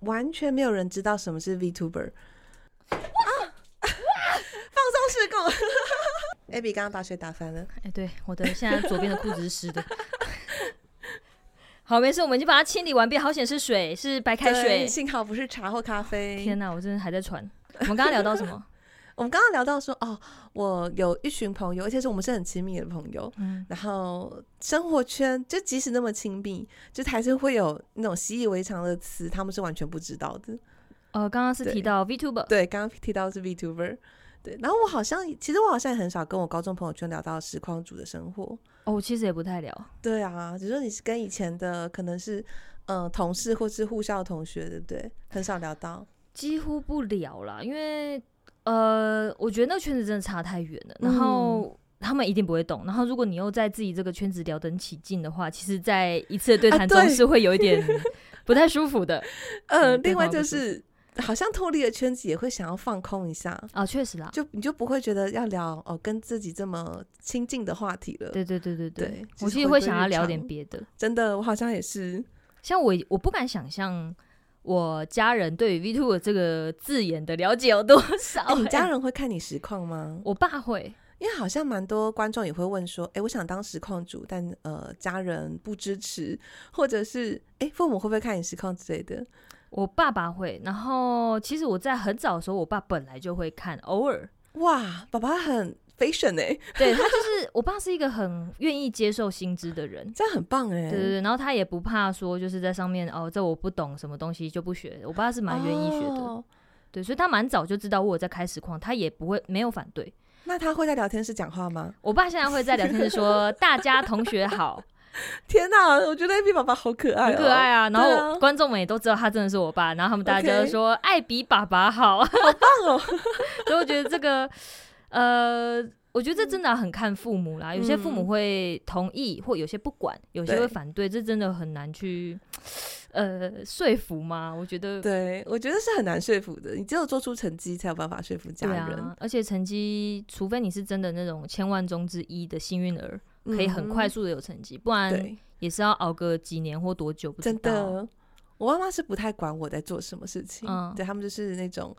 完全没有人知道什么是 VTuber。放松事故 ，Abby 刚刚把水打翻了。哎、对，我的现在左边的裤子是湿的。 好，没事，我们已经把它清理完毕。好险是水，是白开对水。幸好不是茶或咖啡。 天哪，我真的还在喘。我们刚刚聊到什么？我们刚刚聊到说，哦，我有一群朋友，而且是我们是很亲密的朋友，嗯，然后生活圈就即使那么亲密，就是还是会有那种习以为常的词，他们是完全不知道的。呃，刚刚是提对到 VTuber，对，刚刚提到是 VTuber，对，然后我好像其实我好像也很少跟我高中朋友圈聊到实况主的生活。哦，我其实也不太聊，对啊，只是你是跟以前的可能是嗯、呃同事或是互校同学，对不对？很少聊到。几乎不聊啦，因为呃，我觉得那个圈子真的差太远了，然嗯后。他们一定不会懂。然后，如果你又在自己这个圈子聊得很起劲的话，其实，在一次的对啊谈中对是会有一 点不太舒服的 呃，嗯对另外方就不舒是好像脱离了圈子也会想要放空一下，啊。确实啦，就你就不会觉得要聊哦跟自己这么亲近的话题了。对对对对对我就是其实回会归想日要聊点常别的。真的，我好像也是。像我，我不敢想象我家人对于 VTuber 这个字眼的了解有多少、哎、你欸家人会看你实况吗？我爸会，因为好像蛮多观众也会问说，哎、我想当实况主，但呃家人不支持，或者是哎、父母会不会看你实况之类的？我爸爸会。然后其实我在很早的时候，我爸本来就会看，偶尔。哇，爸爸很 fashion 哎、对他就是，我爸是一个很愿意接受新知的人。这样很棒对哎、对对，然后他也不怕说，就是在上面哦，这我不懂什么东西就不学。我爸是蛮愿意学的，哦对，所以他蛮早就知道我有在开实况，他也不会没有反对。那他会在聊天室讲话吗？我爸现在会在聊天室说：“大家同学好，天哪、我觉得 A B 爸爸好可爱、哦很可爱，啊。”然对后啊观众们也都知道他真的是我爸，然后他们大家就 OK 说：“艾比爸爸好。”所 棒哦！以我觉得这个，呃，我觉得这真的很看父母啦。有些父母会同意，或有些不管，有些嗯对会反对，这真的很难去呃说服嘛。我觉得对，我觉得是很难说服的，你只有做出成绩才有办法说服家对人，啊，而且成绩，除非你是真的那种千万中之一的幸运儿，可以很快嗯。速的有成绩，不然对，也是要熬个几年或多久，不知真道。的，我妈妈是不太管我在做什么事情，嗯对他们就是那种，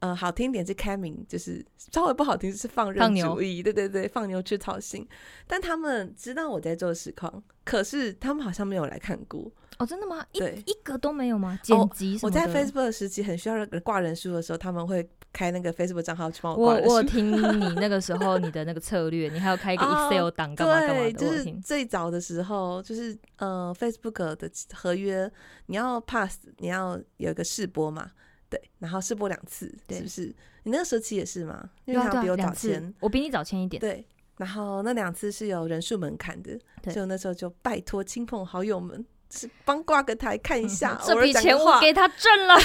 呃，好听一点是开明，就是稍微不好听就是放放任牛主义，对对对，放牛吃草型。但他们知道我在做实况，可是他们好像没有来看过。哦，真的吗？一对哦一个都没有吗？剪辑什我么的、在 Facebook 的时期很需要人挂人数的时候，他们会开那个 Facebook 账号去帮我挂人我有数。听你那个时候你的那个策略，你还要开一个 哦 Excel 档干嘛干嘛对，的，就我有是听。最早的时候，就是呃，Facebook 的合约，你要 pass，你要有一个试播嘛，对，然后试播两次，对是不是？你那个时期也是嘛，因对为啊他比对啊，我早两签次，，我比你早签一点。嗯对。然后那两次是有人数门槛的，对所以我那时候就拜托亲朋好友们，就是帮挂个台看一下，嗯这偶尔笔讲钱个我话，给他挣了，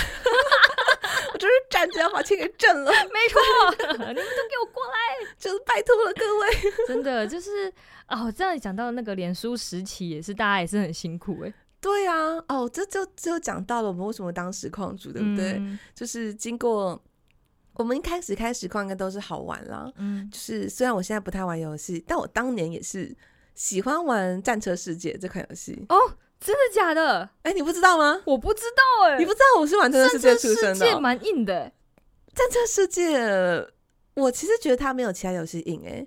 我就是站着要把钱给挣了， 没错， 你们都给我过来。就是拜托了各位。 真的就是哦，这样讲到那个脸书时期也是，大家也是很辛苦哎、对啊，哦，这就就讲到了我们为什么当实况主，对不对？嗯就是经过我们一开始开实况应该都是好玩啦，嗯就是虽然我现在不太玩游戏，但我当年也是喜欢玩《战车世界》这款游戏。哦，真的假的？哎、你不知道吗？我不知道哎、你不知道我是玩《战车世界这》出世身的界哦、蛮硬的、欸，战车世界》我其实觉得它没有其他游戏硬哎、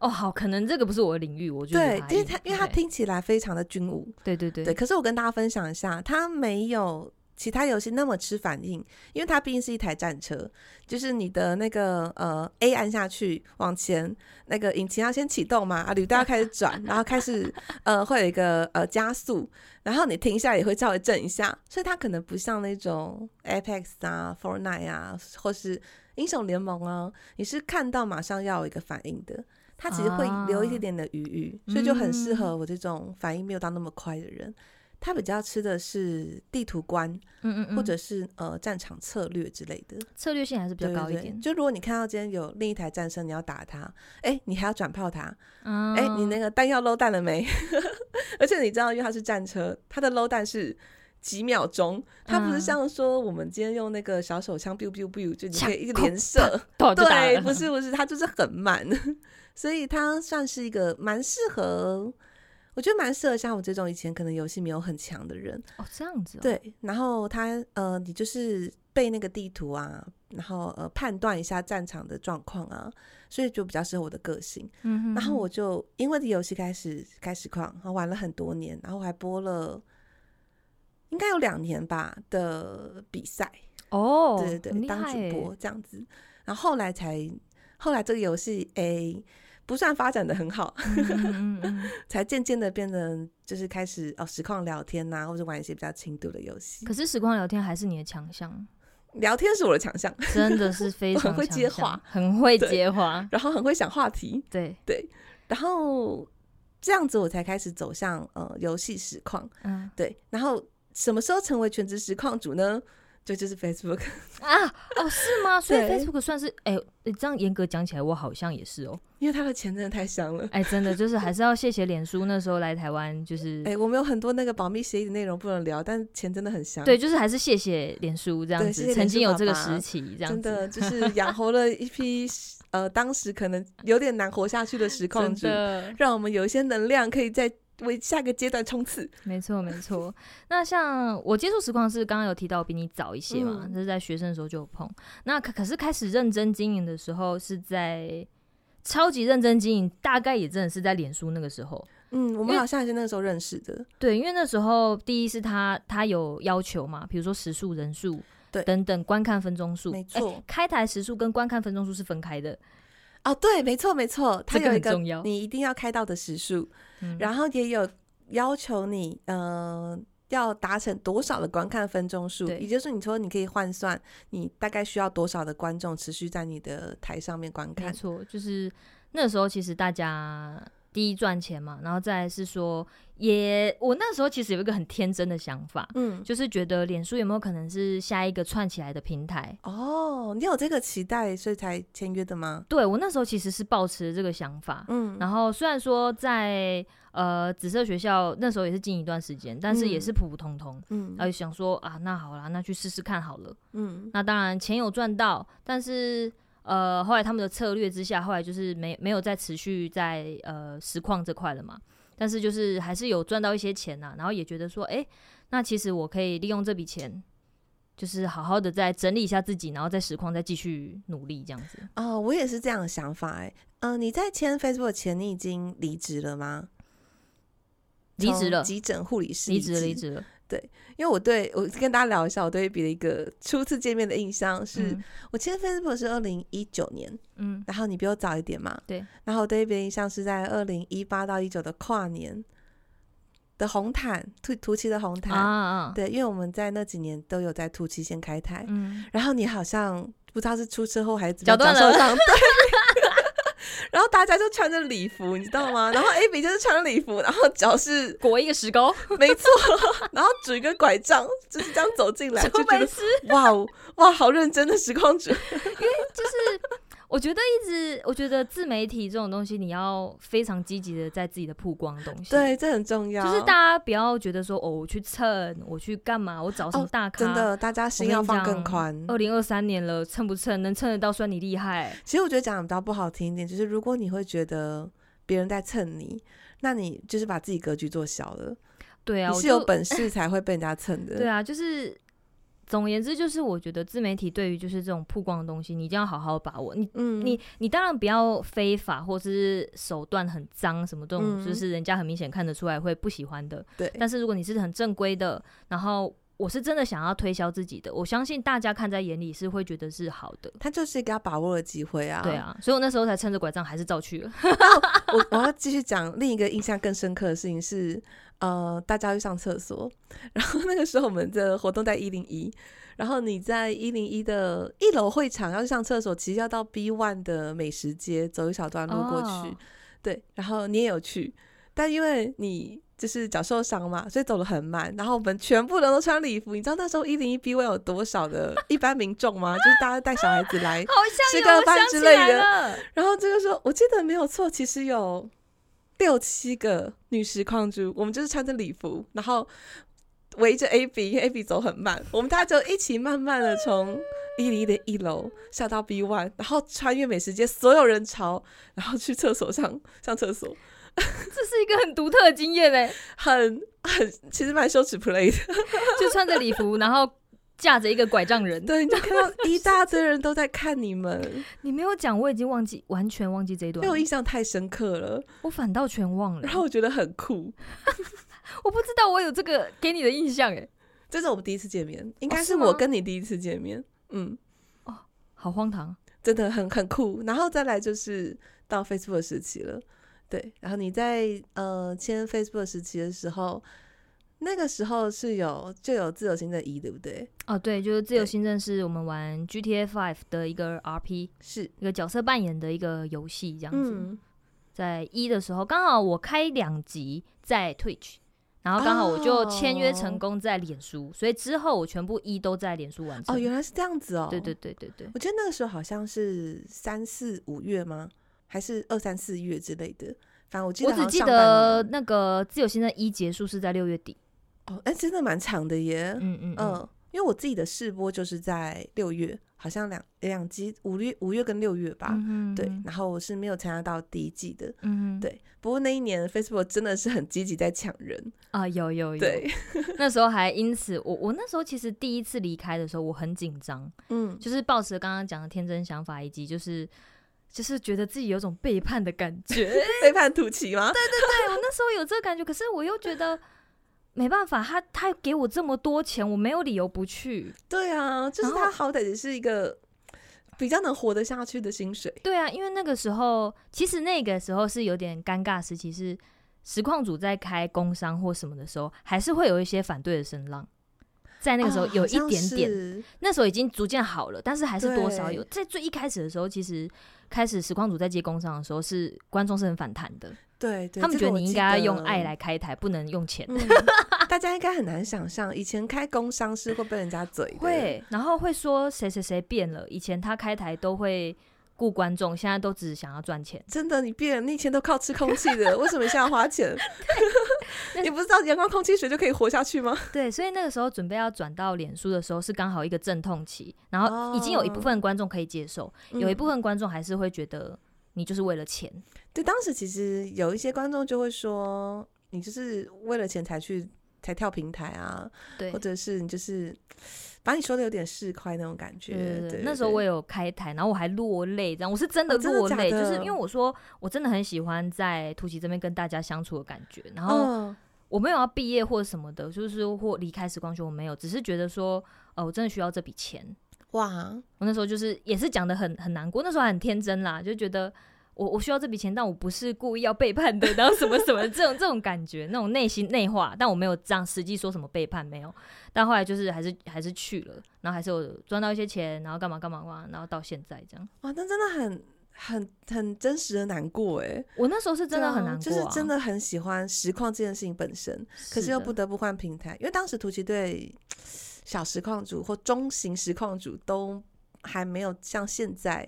哦，好，可能这个不是我的领域，我觉得对，因为它因为它听听起来非常的军武，对对对对，可是我跟大家分享一下，它没有其他游戏那么吃反应，因为它毕竟是一台战车，就是你的那个呃 A 按下去往前，那个引擎要先启动嘛，啊履带要开始 转，然后开始呃会有一个呃加速，然后你停下来也会稍微震一下，所以它可能不像那种 Apex 啊、Fortnite 啊，或是英雄联盟啊，你是看到马上要有一个反应的。它其实会留一啊点点的余裕，所以就很适嗯合我这种反应没有到那么快的人。他比较吃的是地图观，嗯嗯嗯，或者是呃战场策略之类的，策略性还是比较对高一对点。就如果你看到今天有另一台战车，你要打它，哎、你还要转炮它，啊哎、你那个弹药 low 弹了没？ 而且你知道，因为它是战车，它的 low 弹是。几秒钟，它不是嗯像说我们今天用那个小手枪 biu biu biu，就你抢可以一扣连射，对哦就打对， 了不是不是，它就是很慢，所以它算是一个蛮适合，我觉得蛮适合像我这种以前可能游戏没有很强的人，哦，这样子、哦。，对，然后它呃，你就是背那个地图啊，然后呃判断一下战场的状况啊，所以就比较适合我的个性。嗯哼然后我就因为这游戏开始开实况，然后玩了很多年，然后我还播了应该有两年吧的比赛，哦，对对很对，厉当害欸主耶播这样子。然后后来才后来这个游戏诶、不算发展的很好， 嗯嗯嗯才渐渐的变成就是开始哦实况聊天呐、或者玩一些比较轻度的游戏。可是时光聊天还是你的强项，聊天是我的强项， 真的是非我常很会强接项话，很会对接话，然后很会想话题，对，然后这样子我才开始走向呃游戏实况。嗯对，然后什么时候成为全职实况主呢？就就是 Facebook， 啊，哦，是吗？所以对 Facebook 算是，哎、诶这样严格讲起来，我好像也是哦，因为他的钱真的太香了。哎、真的就是还是要谢谢脸书那时候来台湾，就是、哎、我们有很多那个保密协议的内容不能聊，但钱真的很香。对，就是还是谢谢脸书这样啊对子，谢谢曾脸书经有爸这个爸时期这样真子， 的就是养活了一批呃，当时可能有点难活下去的实况真主，的，让我们有一些能量可以在为下个阶段冲刺。没错没错。那像我接触实况是刚刚有提到我比你早一些嘛，嗯就是在学生的时候就有碰。那可可是开始认真经营的时候是在超级认真经营，大概也真的是在脸书那个时候。嗯，我因们为好像也是那个时候认识的。对，因为那时候第一是他他有要求嘛，比如说时数、人数，对等等观看分钟数，没哎错开台时数跟观看分钟数是分开的，哦，对，没错没错，它这个有一很个重要。你一定要开到的时数，嗯然后也有要求你，呃，要达成多少的观看分钟数，对也就是你说你可以换算你大概需要多少的观众持续在你的台上面观没看。错，就是那时候其实大家第一赚钱嘛，然后再来是说也我那时候其实有一个很天真的想法，嗯，就是觉得脸书有没有可能是下一个串起来的平台？哦，你有这个期待，所以才签约的吗？对我那时候其实是抱持这个想法。嗯，然后虽然说在呃紫色学校那时候也是进一段时间，但是也嗯是普普通通，嗯然后就想说啊，那好啦，那去试试看好了。嗯那当然钱有赚到，但是呃，后来他们的策略之下，后来就是没没有再持续在呃实况这块了嘛。但是就是还是有赚到一些钱呐、然后也觉得说，哎、那其实我可以利用这笔钱，就是好好的再整理一下自己，然后在实况再继续努力这样子。哦，我也是这样的想法哎、嗯、你在签 Facebook 前，你已经离职了吗？离职从了，急诊护理师离职了，离职了，因为我对我跟大家聊一下，我对比的一个初次见面的印象是，嗯我签 Facebook 是二零一九年，嗯，然后你比我早一点嘛，对。然后我对比的印象是在二零一八到一九的跨年的红毯，土土旗的红啊毯，啊，嗯对，因为我们在那几年都有在土旗先开台，嗯，然后你好像不知道是出车祸还是怎么脚样断脚了 受伤，对。然后大家就穿着礼服，你知道吗？然后 AB 就是穿礼服，然后脚是裹一个石膏，没错，然后拄一个拐杖，就是这样走进 来，就就觉白得痴。哇哦哇，好认真的时 光主。我觉得一直，我觉得自媒体这种东西，你要非常积极的在自己的曝光东西。，对，这很重要。就是大家不要觉得说哦，我去蹭，我去干嘛，我找什么哦大咖。真，的，大家心要放更宽。二零二三年了，蹭不蹭，能蹭得到算你厉害。其实我觉得讲得比较不好听一点，就是如果你会觉得别人在蹭你，那你就是把自己格局做小了。对啊，你我是有就 本事才会被人家蹭的。对啊，就是。总而言之，就是我觉得自媒体对于就是这种曝光的东西，你一定要好好把握。你嗯，你你当然不要非法或是手段很脏什么这种，嗯就是人家很明显看得出来会不喜欢的。对但是如果你是很正规的，然后我是真的想要推销自己的，我相信大家看在眼里是会觉得是好的。他就是一个要把握的机会啊。对，啊，所以我那时候才趁着拐杖还是照去了。 我我要继续讲另一个印象更深刻的事情是，呃，大家去上厕所， 然后那个时候我们的活动在一零一，然后你在一零一的一楼会场要去上厕所，其实要到 B one 的美食街走一小段路过去，哦对，然后你也有去，但因为你。就是脚受伤嘛，所以走得很慢。然后我们全部人都穿礼服，你知道那时候一零一 B 位有多少的一般民众吗？就是大家带小孩子来，好吃像个有，我饭想之起类来的了。然后这个时候，我记得没有错，其实有六七个女实况主，我们就是穿着礼服，然后围着 AB，因为 AB 走很慢，我们大家就一起慢慢的从一零一的一楼下到 B one，然后穿越美食街，所有人潮，然后去厕所上上厕所， 这是一个很独特的经验嘞、欸很很其实蛮羞耻 play 的，就穿着礼服，然后架着一个拐杖人。对，你就看到一大堆人都在看你们，你没有讲，我已经忘记，完全忘记这一因段为了我，印象太深刻了，我反倒全忘了然。后我觉得很酷。我不知道我有这个给你的印象哎、这是我们第一次见面，应该哦是是吗我跟你第一次见面，嗯。好荒唐。真的很很酷。然后再来就是到 Facebook 的时期了，对。然后你在呃签 Facebook 时期的时候，那个时候是有就有自由行政一，对不对？哦，对，就是自由对新政是我们玩 GTA Five 的一个 RP，是，一个角色扮演的一个游戏这样子。嗯，在一的时候，刚好我开两集在 Twitch，然后刚好我就签哦约成功在脸书，所以之后我全部一都在脸书完成。哦，原来是这样子哦。对对对对对，我记得那个时候好像是三四五月吗？还是二三四月之类的？反正我记得我好只像记上半得年那个自由新政一结束是在六月底。哦，哎、真的蛮长的耶。嗯嗯嗯，嗯，因为我自己的试播就是在六月，好像两两集，五月五月跟六月吧。嗯哼啊对，然后我是没有参加到第一季的。嗯哼，对，不过那一年 Facebook 真的是很积极在抢人。啊，有有有，对， 那时候还因此，我我那时候其实第一次离开的时候，我很紧张，嗯， 就是抱持刚刚讲的天真想法，以及就是就是觉得自己有种背叛的感觉。对背叛突奇吗？我那时候有这个感觉，可是我又觉得没办法，他他给我这么多钱，我没有理由不去。 对啊，就是然后他好歹也是一个比较能活得下去的薪水。对啊，因为那个时候其实那个时候是有点尴尬时期，是实况组在开工商或什么的时候，还是会有一些反对的声浪。在那个时候啊有好一像点点，是那时候已经逐渐好了，但是还是多少对有。在最一开始的时候，其实开始实况组在接工商的时候，是观众是很反弹的，对对，他们这觉个得我你应记该要得用爱来。开台，不能用钱。嗯大家应该很难想象，以前开工商是会被人家嘴的，会，然后会说谁谁谁变了，以前他开台都会顾观众，现在都只想要赚 钱。真的，你变了，你以前都靠吃空气的，为什么现在要 花钱？那 你不知道阳光、空气、水就可以活下去吗？对，所以那个时候准备要转到脸书的时候，是刚好一个阵痛期，然后已经有一部哦分观众可以接受，有一部嗯、分观众还是会觉得你就是为了钱。对，当时其实有一些观众就会说，你就是为了钱才去才跳平台啊，对或，者是你就是把你说的有点市侩那种感觉。对对，那时候我也有开台，然后我还落泪，这样我是真的哦真的落泪，假的就是因为我说我真的很喜欢在突奇这边跟大家相处的感觉，然后哦，我没有要毕业或什么的，就是或离开时光学我没有，只是觉得说，呃，我真的需要这笔钱。哇，我那时候就是也是讲的很很难过，那时候还很天真啦，就觉得我我需要这笔钱，但我不是故意要背叛的，然后什么什么 这种这种感觉，那种内心内化，但我没有这样实际说什么背叛没有，但后来就是还是还是去了，然后还是有赚到一些钱，然后干嘛干嘛干嘛，然后到现在这样，哇，那真的很很很真实的难过哎，我那时候是真的对啊很难过、啊就是真，的很喜欢实况这件事情本身。可是又不的得不换平台，因为当时突奇对小实况主或中型实况主都还没有像现在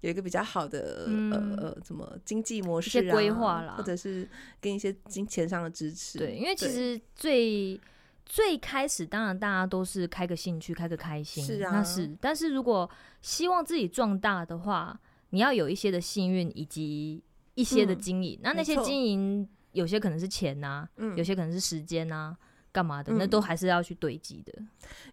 有一个比较好的、嗯呃呃怎么经济模一些式、啊、规划啦或者是跟一些金钱上的支持。对，因为其实最。最开始当然大家都是开个兴趣，开个开心，是啊那是。但是如果希望自己壮大的话，你要有一些的幸运以及一些的嗯经营。那那没些错经营有些可能是钱呐、嗯有些可能是时间呐、干嘛的，那嗯都还是要去堆积的。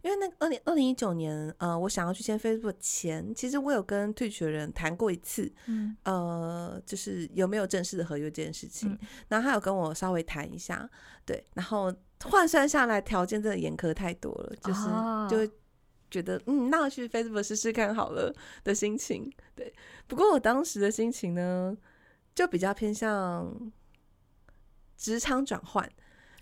因为那二零二零一九年，呃，我想要去签 Facebook 前，其实我有跟退学人谈过一次，嗯，呃，就是有没有正式的合约这件事情，嗯然后他有跟我稍微谈一下，对，然后换算下来条件真的严苛太多了，就是、哦啊就会觉得嗯，那去 Facebook 试试看好了的心情，对。不过我当时的心情呢，就比较偏向职场转换，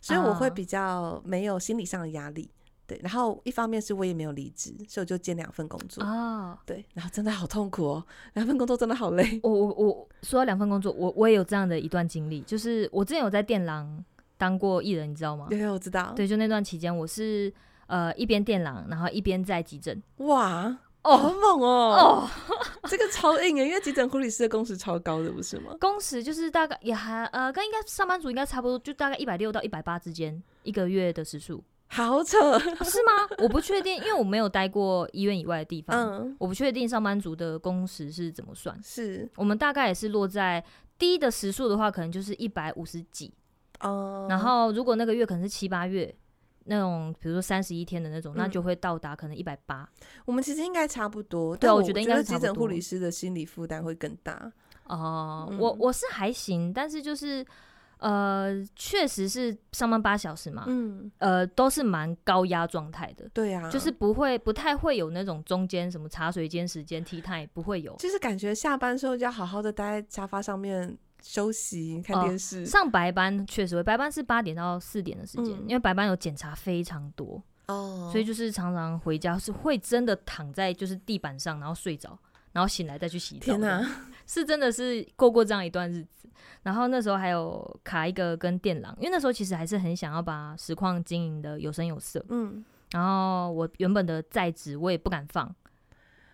所以我会啊比较没有心理上的压力。对，然后一方面是我也没有离职，所以我就兼两份工作。哦，对，然后真的好痛苦哦，两份工作真的好累。我我我说到两份工作，我我也有这样的一段经历，就是我之前有在电廊当过艺人，你知道吗？有有，我知道。，对，就那段期间，我是呃一边电廊，然后一边在急诊。哇，好哦猛哦！哦， 这个超硬的，欸因为急诊护理师的工时超高的，不是 吗？工时就是大概也还呃跟应该上班族应该差不多，就大概一百六到一百八之间一个月的时数， 好扯，是吗？我不确定，因为我没有待过医院以外的地方，嗯，我不确定上班族的工时是怎么算。是，我们大概也是落在低的时数的话，可能就是一百五十几，哦，然后如果那个月可能是七八月。那种比如说三十一天的那种，那嗯就会到达可能一百八我们其实应该差不多，对啊但我我觉得应该是差急不诊护多理师的心理负担会更大。哦。嗯我我是还行，但是就是呃，确实是上班八小时嘛，嗯，呃，都是蛮高压状态的，对啊，就是不会不太会有那种中间什么茶水间时间 tea time 不会有。就是感觉下班之后就要好好的待在沙发上面休息、看哦电视。上白班确实会，白班是八点到四点的时间，嗯因为白班有检查非常多，哦所以就是常常回家是会真的躺在就是地板上，然后睡着，然后醒来再去洗澡。天哪、哪，是真的是过过这样一段日子。然后那时候还有卡一个跟电廊，因为那时候其实还是很想要把实况经营的有声有色。嗯，然后我原本的在职我也不敢放，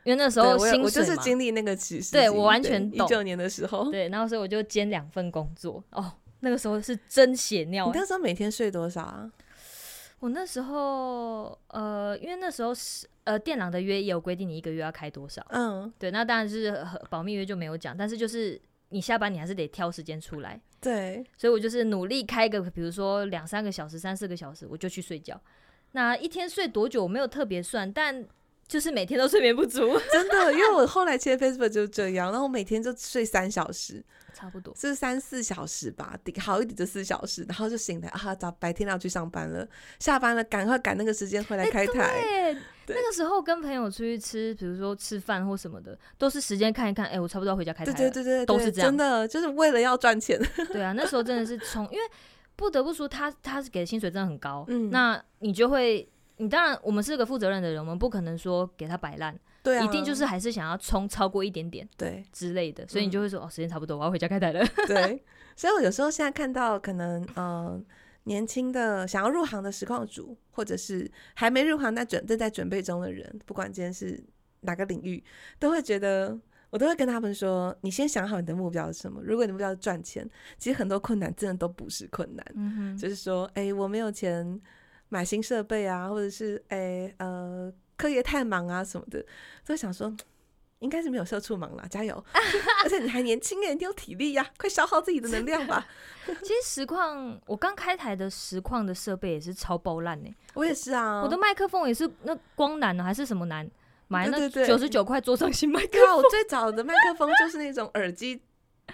因为那时对候我有薪我就水是嘛。经历那个歧视经对历，我完全一懂九年的时候，你对，然后所以我就兼两份工作。哦，那个时候是真血尿、欸那时候每天睡多少啊？我那时候呃，因为那时候是呃电脑的约也有规定你一个月要开多少，嗯，对，那当然是呃保密约就没有讲，但是就是你下班你还是得挑时间出来，对，所以我就是努力开个比如说两三个小时、三四个小时，我就去睡觉。那一天睡多久我没有特别算，但就是每天都睡眠不足，真的，因为我后来切 Facebook 就是这样，然后我每天就睡三小时， 差不多。是三四小时吧，顶好一点就四小时，然后就醒来啊，早白天要去上班了，下班了赶快赶那个时间回哎来开台，对，对那个时候跟朋友出去吃，比如说吃饭或什么的，都是时间看一看，哎、我差不多要回家开台对了。对对对，都对是这样真的，就是为了要赚钱，对啊，那时候真的是冲，因为不得不说他他是给的薪水真的很高，嗯那你就会。你当然，我们是个负责任的人，我们不可能说给他摆烂，对啊，一定就是还是想要冲超过一点点对之类的，所以嗯你就会说、哦，时间差不多，我要回家开台了。对，所以我有时候现在看到可能呃年轻的想要入行的实况主，或者是还没入行但准正在准备中的人，不管今天是哪个领域，都会觉得。我都会跟他们说，你先想好你的目标是什么。如果你的目标是赚钱，其实很多困难真的都不是困难，嗯哼，就是说，哎、我没有钱买新设备啊，或者是哎、呃课业太忙啊什么的，都会想说。应该是没有社畜忙啦，加油！而且你还年轻哎，你有体力呀、快消耗自己的能 量吧。其实实况，我刚开台的实况的设备也是超爆烂呢、欸我也是啊，我的麦克风也是那光南的还是什么南买那对对对九十九块桌上型麦克对啊，我最早的麦克风就是那种耳机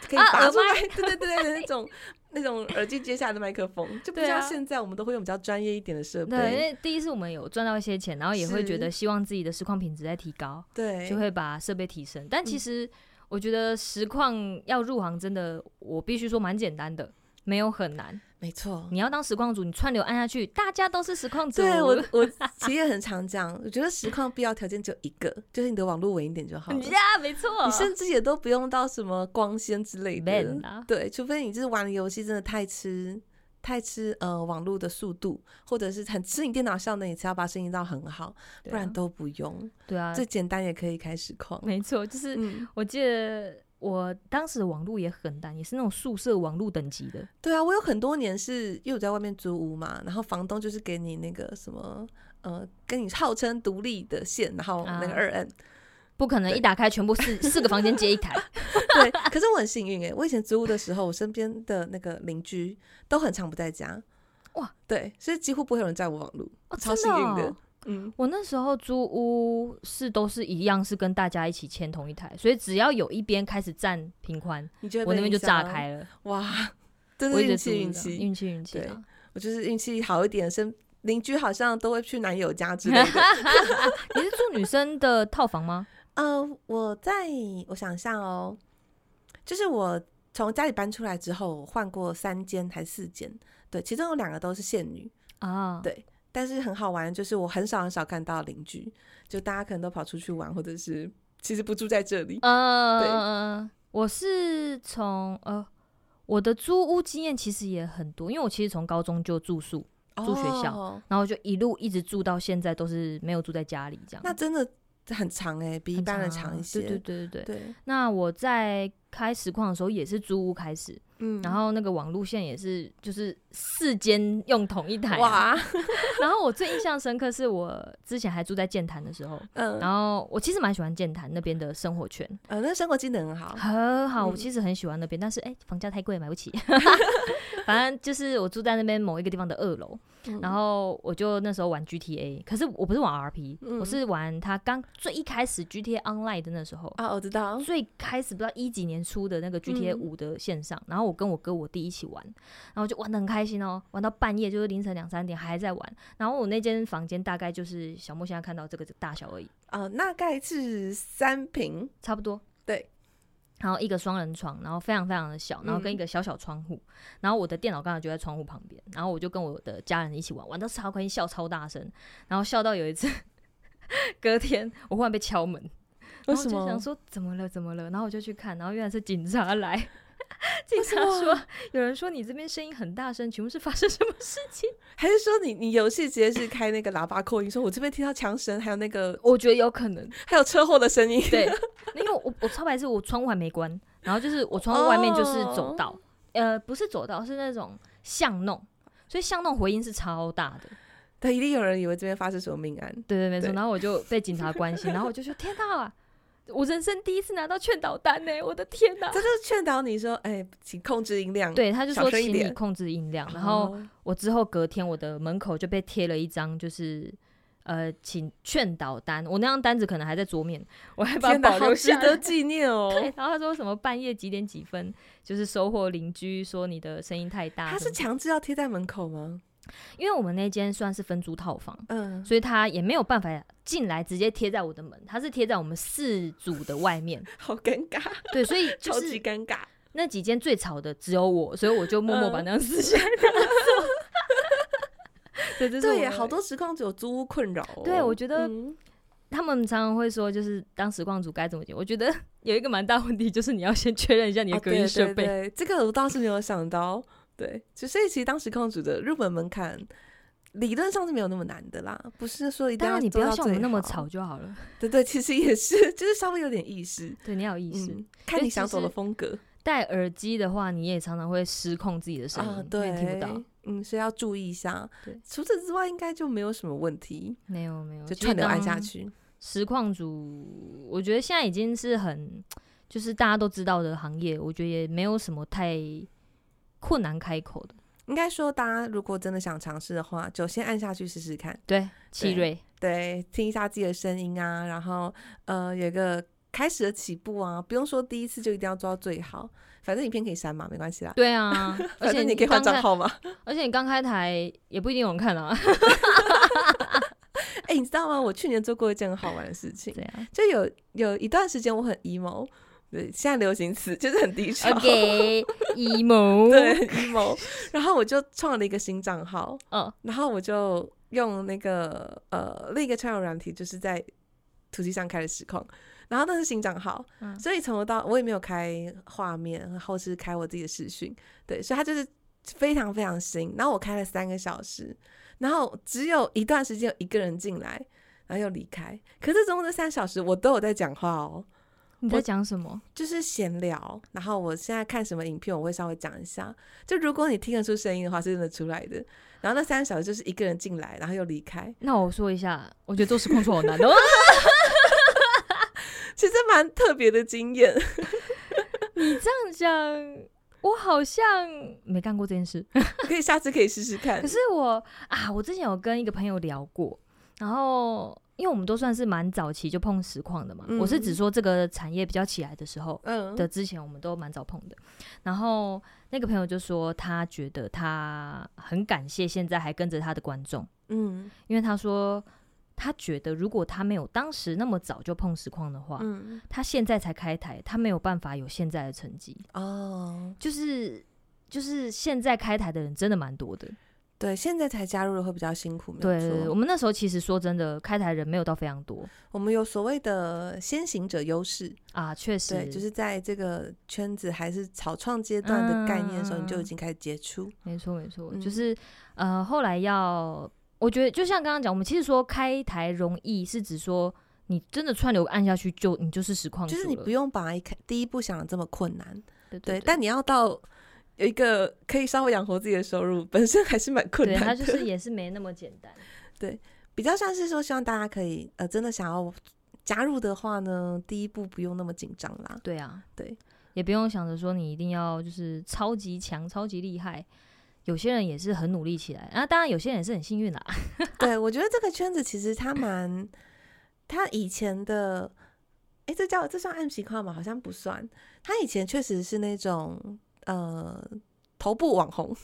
可以啊拔耳出来，麦对对对对的那种那种耳机接下来的麦克风，就不对像啊现在我们都会用比较专业一点的设对，因备，为第一是我们有赚到一些钱，然后也会觉是得希望自己的实况品质在提高，对，就会把设备提升。但其嗯实我觉得实况要入行，真的我必须说蛮简单的，没有很难。没错。你要当实况主，你串流按下去，大家都是实 况主。对我，我其实也很常讲，我觉得实况必要条件只有一个，就是你的网络稳一点就好了。嗯呀，没错，你甚至也都不用到什么光纤之类的 man 啊，对，除非你就是玩的游戏真的太吃太吃呃网络的速度，或者是很吃你电脑效能，你才要把声音到很好，对不然啊都不用。对啊，最简单也可以开实况。没错，就是嗯，我记得。我当时网路也很烂，也是那种宿舍网路等级的，对啊，我有很多年是因为我在外面租屋嘛，然后房东就是给你那个什么呃，跟你号称独立的线，然后那啊个二 N，、不可能一打开全部四四个房间接一 台。 对，可是我很幸运哎、我以前租屋的时候，我身边的那个邻居都很常不在家，哇，对，所以几乎不会有人在我网路，哦超真幸的运的，哦嗯，我那时候租屋是都是一样，是跟大家一起签同一台，所以只要有一边开始占平宽，你就会我那被边就影炸响，开了。 哇，真我的一直运租气运这样气，运气，运气啊！我就是运气好一点，身邻居好像都会去男友家之类 的，你是住女生的套房吗？呃，我在我想一下哦，就是我从家里搬出来之后，我换过三间还四间，对，其中有两个都是现女，啊，对但是很好玩，就是我很少很少看到邻居，就大家可能都跑出去玩，或者是其实不住在这嗯里。呃，我是从呃。我的租屋经验其实也很多，因为我其实从高中就住宿，呃住学校哦然后就一路一直住到现在，都是没有住在家里这样。那真的很长哎、比一很般人啊长一些。对对对对对。对那我在开实况的时候也是租屋开始，嗯然后那个网路线也是，就是四间用同一台、啊。哇，然后我最印象深刻是我之前还住在剑潭的时候，嗯然后我其实蛮喜欢剑潭那边的生活圈，呃，那生活技能很好，很好，我嗯其实很喜 欢那边，但是哎、房价太贵，买不起。反正就是我住在那边某一个地方的二楼，嗯然后我就那时候玩 GTA，可是我不是玩 RP，、嗯我是玩它刚最一开始 GTA Online 的那时候，啊，我知道，最开始不知道一几年出的那个 GTA 嗯五的线上，然后我跟我哥我弟一起玩，然后就玩的很开心哦，玩到半夜就是凌晨两三点还在玩，然后我那间房间大概就是小莫现在看到这个大小而已，呃，大概是三平，差不多。对。然后一个双人床，然后非常非常的小，然后嗯跟一个小小窗户，然后我的电脑刚好就在窗户旁边，然后我就跟我的家人一起玩，玩到超开心，笑超大声，然后笑到有一次， 隔天我忽然被敲门，为然什后哦我就么想？说怎么了怎么了，然后我就去看，然后原来是警察来， 警为什察么说有人说你这边声音很大声，请问是发生什么事情？还是说你你游戏直接是开那个喇叭扩音，说我这边听到枪声，还有那个我觉得有可能，还有车祸的声音， 对，因为我我超白是我窗户还没关，然后就是我窗户外面就是哦走道，呃，不是走道，是那种巷弄，所以巷弄回音是超大的。对，一定有人以为这边发生什么命案。对对没错。对然后我就被警察关心，然后我就说天哪、啊，我人生第一次拿到劝导单呢、我的天哪、这就是劝导你说，哎，请控制音量。，对，他就说小声一请你点哦控制音量，然后我之后隔天我的门口就被贴了一张就是。呃，请劝导单，我那张单子可能还在桌面，我 还把它天哪，保好留值下得来。纪念 哦。对，然后他说什么半夜几点几分，就是收获邻居说你的声音太大他什是么的。强制要贴在门口吗？因为我们那间算是分租套房，嗯，所以他也没有办法进来直接贴在我的门，他是贴在我们四组的外面。 好尴尬，对，所以就超级是尴尬。那几间最吵的只有我，所以我就默默把嗯那张撕下来拿走。 对，这是对我耶，的好多实况主有租屋困扰哦。对我觉得嗯他们常常会说，就是当实况组该怎么解？我觉得有一个蛮大问题，就是你要先确认一下你的啊隔音对设备。对对这个我倒是没有想到。对，就所以其实当时控组的入门门槛。理论上是没有那么难的啦，不是说一定当要然，你不做要到像我们最那么好吵，就好了。对对，其实也是，就是稍微有点意识，对，你要有意识。嗯，因看为你其想走的实风格戴耳机的话，你也常常会失控自己的声音，啊，因对，为你听不到。，嗯，所以要注意一下。对除此之外应该就没有什么问题，没有没有，就其实串流按下当去。实况组，我觉得现在已经是很，就是大家都知道的行业，我觉得也没有什么太困难开口的。应该说，大家如果真的想尝试的话，就先按下去试试看。对，奇瑞，对，听一下自己的声音啊，然后呃，有一个开始的起步啊，不用说第一次就一定要做到最好，反正影片可以删嘛，没关系啦。对 啊，而反且正你你可以换刚账开，号嘛。而且你刚开台也不一定有人看 啊。哎、你知道吗？我去年做过一件很好玩的 事情，对啊就有有一段时间我很 emo，对，现在流行词就是很低潮。 ，OK，e m 对，很 emo。然后我就创了一个新账号，嗯，然后我就用那个呃另一个串流软体，就是在土地上开的实况，然后那是新账号，嗯所以从头到我也没有开画面，然后是开我自己的视讯，对，所以它就是非常非常新。然后我开了三个小时，然后只有一段时间有一个人进来。然后又离开，可是总共这三小时我都有在讲话哦，你在讲什么？就是闲聊。然后我现在看什么影片，我会稍微讲一下。就如果你听得出声音的话，是认得出来的。然后那三个小时就是一个人进来，然后又离开，那我说一下，我觉得做实况组好难哦。其实蛮特别的经验。这样讲，我好像没干过这件事。可以下次可以试试看可。是我啊，我之前有跟一个朋友聊过，然后因为我们都算是蛮早期就碰实况的嘛，嗯我是只说这个产业比较起来的时候嗯，的之前，我们都蛮早碰的。然后那个朋友就说，他觉得他很感谢现在还跟着他的观众，嗯因为他说。他觉得，如果他没有当时那么早就碰实况的话，嗯他现在才开台，他没有办法有现在的成绩。哦，就是就是现在开台的人真的蛮多的，对，现在才加入的会比较辛苦，没有对对对，我错。们那时候其实说真的，开台人没有到非常多我们有所谓的先行者优势，啊，确实，对，就是在这个圈子还是草创阶段的概念的时候，嗯你就已经开始接触。没错没错，嗯就是呃后来要，我觉得就像刚刚讲，我们其实说开台容易是指说你真的串流按下去就你就是实况就是主你了不用把一开第一步想的这么困难，对对，对，但你要到有一个可以稍微养活自己的收入，本身还是蛮困对难它就的。是也是没那么简 单，比较像是说，希望大家可以呃，真的想要加入的话呢，第一步不用那么紧张 啦。对啊，对，也不用想着说你一定要就是超级强、超级厉害。有些人也是很努力起来，啊，当然有些人也是很幸运啦。对，我觉得这个圈子其实它蛮，它以前的，哎，这叫这算暗习惯吗？好像不算。它以前确实是那种呃头部网红，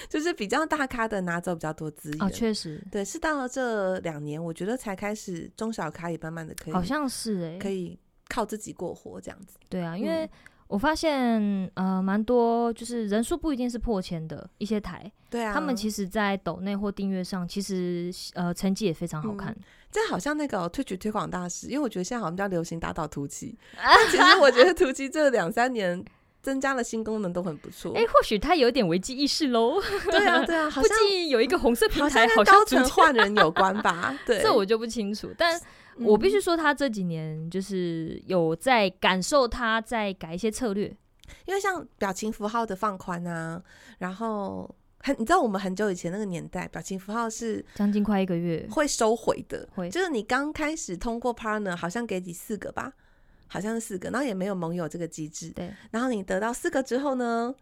就是比较大咖的拿走比较多资源。啊，确实，对，是到了这两年，我觉得才开始中小咖也慢慢的可以，好像是哎、可以靠自己过活这样子。对啊，嗯因为我发现呃，蛮多就是人数不一定是破千的一些台，对啊，他们其实在抖内或订阅上，其实呃成绩也非常好看。这好像那个、哦、推举推广大使，因为我觉得现在好像比较流行打倒 图奇，但其实我觉得图奇这两三年增加了新功能都很不错。哎、或许他有点危机意识喽，对啊， 对啊，嗯好不像仅有一个红色平好台，像好跟像高逐渐层换人有关 吧？对，这我就不清楚，但嗯我必须说，他这几年就是有在感受他在改一些策略，嗯因为像表情符号的放宽啊，然后很你知道我们很久以前那个年代，表情符号是将近快一个月。会收回的，嗯会就是你刚开始通过 partner 好像给你四个吧，好像是四个，然后也没有盟友这个机制，对，然后你得到四个之后呢，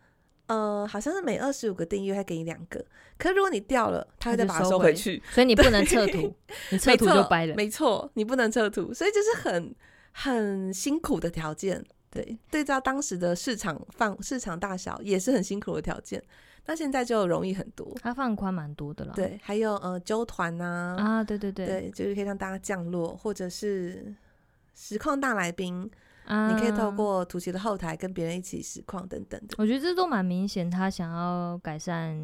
呃，好像是每二十五个订阅会给你两个，可是如果你掉了，他会再它就把它收收回回去，所以你不能撤图，你撤没图错就掰了。没错，你不能撤图，所以这是很很辛苦的条件。对，对照当时的市场范市场大小也是很辛苦的条件，那现在就容易很多。他放宽蛮多的啦。对，还有呃纠团呐、哦啊，对对对，对，就是可以让大家降落，或者是实况大来宾，啊，你可以透。过图奇的后台跟别人一起实况等等的。我觉得这都蛮明显，他想要改善，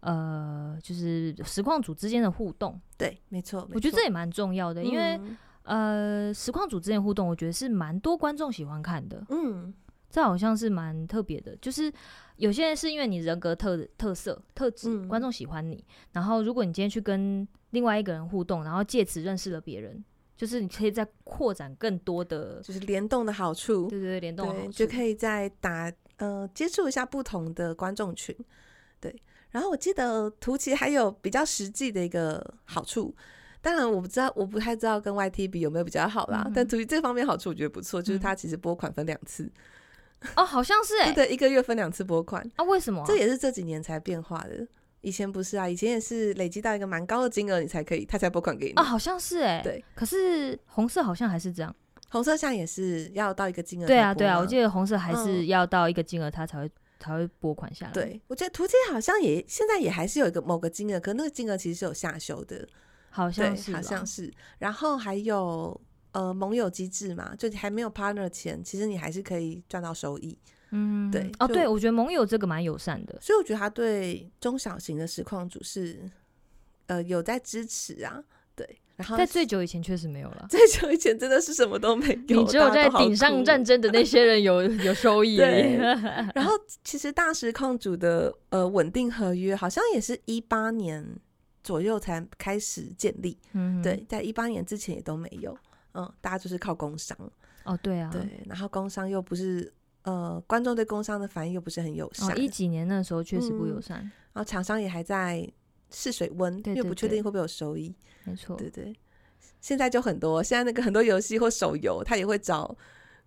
呃，就是实况组之间的互动，对，没错，我觉得这也蛮重要的，对，因为、嗯呃，实况组之间的互动，我觉得是蛮多观众喜欢看的，嗯，这好像是蛮特别的。就是有些人是因为你人格特特色特质，嗯观众喜欢你，然后如果你今天去跟另外一个人互动，然后借此认识了别人，就是你可以再扩展更多的，就是联动的好处，对对对，联动的好对，处就可以再打呃接触一下不同的观众群，对。然后我记得图奇还有比较实际的一个好处，当然我不知道，我不太知道跟 YT 比有没有比较好啦。嗯但图奇这方面好处我觉得不错，就是它其实拨款分两次，哦，好像是哎、对，一个月分两次拨款，啊，为什么啊、这也是这几年才变化的。以前不是啊，以前也是累积到一个蛮高的金额，你才可以，他才拨款给你。啊，好像是哎、对，可是红色好像还是这样。红色项也是要到一个金额才拨对嘛。啊，对啊，我记得红色还是嗯要到一个金额，它才会才会拨款下来。，对，我觉得图解好像也现在也还是有一个某个金额，可那个金额其实是有下修的，好对像，是吧，好像是。然后还有呃盟友机制嘛，就你还没有 partner 前，其实你还是可以赚到收益。嗯，对哦，就对，我觉得盟友这个蛮友善的。所以我觉得他对中小型的实况主是呃有在支持啊，对。然后在最久以前确实没有了， 最久以前真的是什么都没有，你只有大家在都好顶上苦战争的那些人 有有收益而 已。嗯然后其实大实控组的呃稳定合约好像也是一八年左右才开始建立，嗯，对，，在一八年之前也都没有，嗯，大家就是靠工商，哦，对啊，对，然后工商又不是呃，观众对工商的反应又不是很友善，哦，一几年那时候确实不友嗯善，然后厂商也还在试水温，对因为对不对确哦定会不会有收益，没错。对对。现在就很多，现在那个很多游戏或手游，他也会找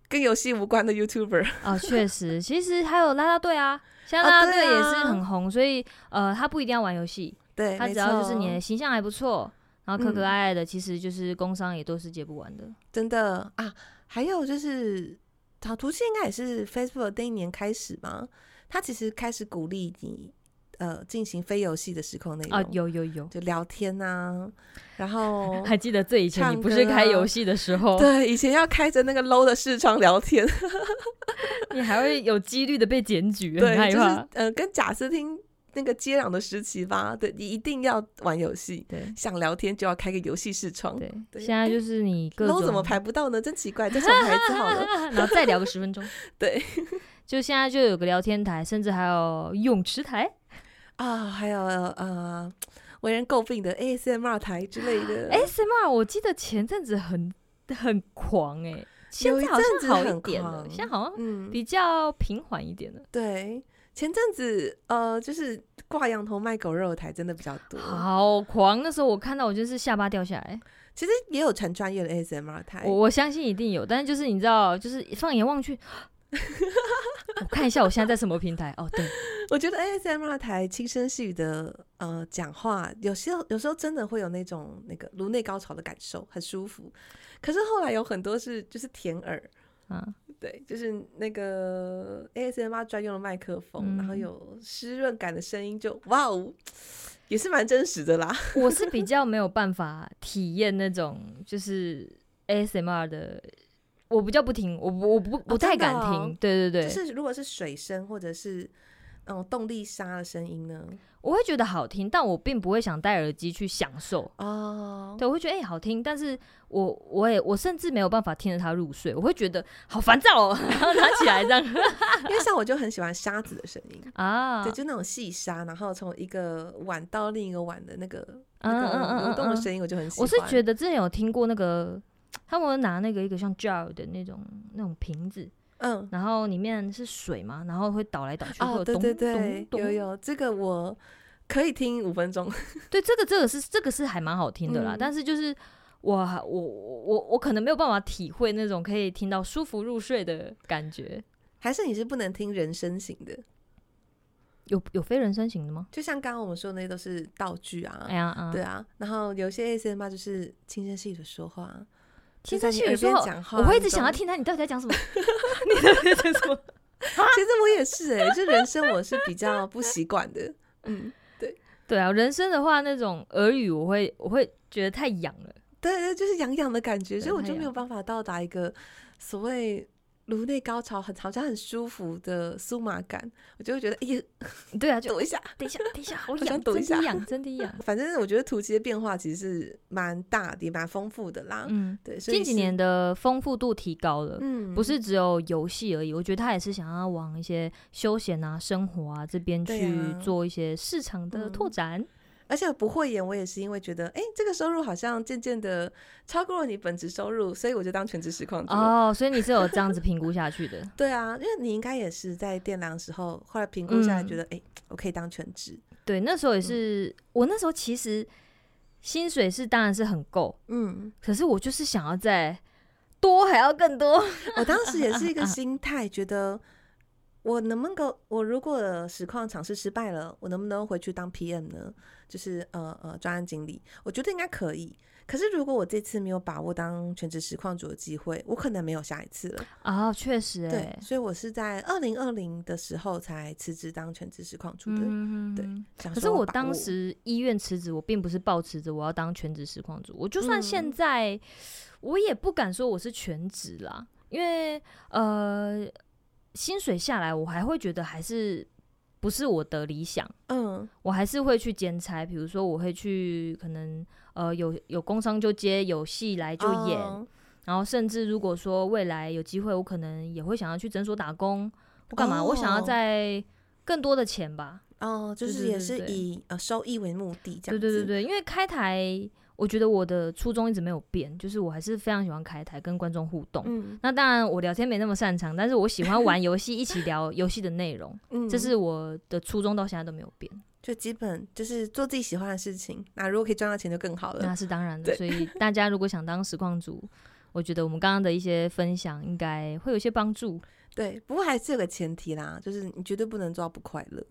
跟游戏无关的 YouTuber，哦， 确实，其实还有啦啦队啊，现在啊啦啦对队也啊是很红，所以呃，他不一定要玩游戏，对，他没只要就是你错哦的形象还不错，然后可可嗯爱爱的，其实就是工商也都是接不完的。真的啊，还有就是，草图现应该也是 Facebook 那一年开始嘛，它其实开始鼓励你呃进行非游戏的时空内容啊，有有有，就聊天啊，然 后还记得最以前你哦唱不是歌开啊游戏的时候，对以前要开着那个 low 的视窗聊天，你还会有几率的被检举，很害对，就怕是。呃跟贾斯汀那个接壤的时期吧，对你一定要玩游戏，对想聊天就要开个游戏视窗。对，哦对现在就是你各 low 种怎么排不到呢？真奇怪，再重排一次好 了。然后再聊个十分钟。 对， 就现在就有个聊天台，甚至还有泳池台。啊、还有呃，为人诟病的 ASMR 台之类的， ASMR，我记得前阵子很很狂哎、现有一在好阵像子好一很点了，狂现在好像嗯，比较平缓一点了。对，前阵子呃，就是挂羊头卖狗肉的台真的比较多，好狂！那时候我看到，我就是下巴掉下来。其实也有纯专业的 ASMR 台我，我相信一定有，但是就是你知道，就是放眼望去， 我看一下我现在在什么平台哦，对，我觉得 ASMR 台轻声细语的呃讲话，有些有时候真的会有那种那个颅内高潮的感受，很舒服。可是后来有很多是就是甜耳，啊，对，就是那个 ASMR 专用的麦克嗯风，然后有湿润感的声音就，哇哦，也是蛮真实的啦。 我是比较没有办法体验那种就是 ASMR 的，我比较不听，我不我不不太真的敢哦听，对对就对，是如果是水声或者是嗯动力沙的声音呢？我会觉得好听，但我并不会想戴耳机去享受。哦，对，我会觉得哎、好听，但是我我也我甚至没有办法听着它入睡，我会觉得好烦躁哦， 然后拿起来这 样因为像我就很喜欢沙子的声音。 啊对，，就那种细沙，然后从一个碗到另一个碗的那个、嗯嗯嗯那嗯个流动的嗯声音，我就很喜欢。我是觉得之前有听过那个，他们拿那个一个像 jar 的那种那种瓶子，嗯，然后里面是水嘛，然后会倒来倒去，会哦，有对咚对对，咚有咚。有这个我可以听五分钟， 对，这个这个是这个是还蛮好听的啦，嗯但是就是我还我我我我可能没有办法体会那种可以听到舒服入睡的感觉。还是你是不能听人声型的？有有非人声型的吗？就像刚刚我们说的那些都是道具啊，哎呀啊！对啊，然后有些 ASMR 就是轻声细语的说话，听就在上去你有耳时边候讲话我会一直那种想要听他，你到底在讲什 么？ 你到底在讲什么？其实我也是哎、就人生我是比较不习惯的，嗯，对啊，人声的话，那种耳语我会我会觉得太痒了。对对，就是痒痒的感觉，对所以我太就没有痒办法到达一个所谓颅内高潮很好像很舒服的酥麻感，我就会觉得哎呀，对啊，就抖一下。等一下，等一下，好想痒，抖一真的下痒，真的痒。反正我觉得土鸡的变化其实是蛮大的，也蛮丰富的啦。 嗯，对，所以近几是年，的丰富度提高了，嗯，不是只有游戏而已。我觉得他也是想要往一些休闲啊、生活啊这边对去啊做一些市场的拓嗯展。而且不会演，我也是因为觉得，哎、这个收入好像渐渐的超过了你本职收入，所以我就当全职实况主了。。哦，所以你是有这样子评估下去的 对啊，因为你应该也是在电量时候，后来评估下来，嗯觉得，哎、我可以当全职。对，那时候也是，我那时候其实薪水是当然是很够，嗯，可是我就是想要再多还要更多。 我当时也是一个心态，觉得我能不能够，我如果实况尝试失败了，我能不能回去当 PM 呢？就是呃呃，专案经理，我觉得应该可以。可是如果我这次没有把握当全职实况主的机会，我可能没有下一次了。哦，确实、欸，对，所以我是在二零二零的时候才辞职当全职实况主的。嗯，对。可想是说我把当握时医院辞职，我并不是抱持着我要当全职实况主，我就算现嗯在，我也不敢说我是全职啦，因为呃，薪水下来，我还会觉得还是不是我的理想，嗯我还是会去兼差，比如说我会去可能呃有有工商就接，有戏来就演，哦然后甚至如果说未来有机会，我可能也会想要去诊所打工，我干嘛？我想要哦在更多的钱吧。哦，就对是对也对是对以呃收益为目的这对样对对子。对，因为开台，我觉得我的初衷一直没有变，就是我还是非常喜欢开台跟观众互动。嗯那当然，我聊天没那么擅长，但是我喜欢玩游戏，一起聊游戏的内容， 嗯，这是我的初衷，到现在都没有变。就基本就是做自己喜欢的事情。那如果可以赚到钱就更好了。那是当然的，呃对所以大家如果想当实况主，我觉得我们刚刚的一些分享应该会有一些帮助，对，不过还是有个前提啦，就是你绝对不能做到不快乐，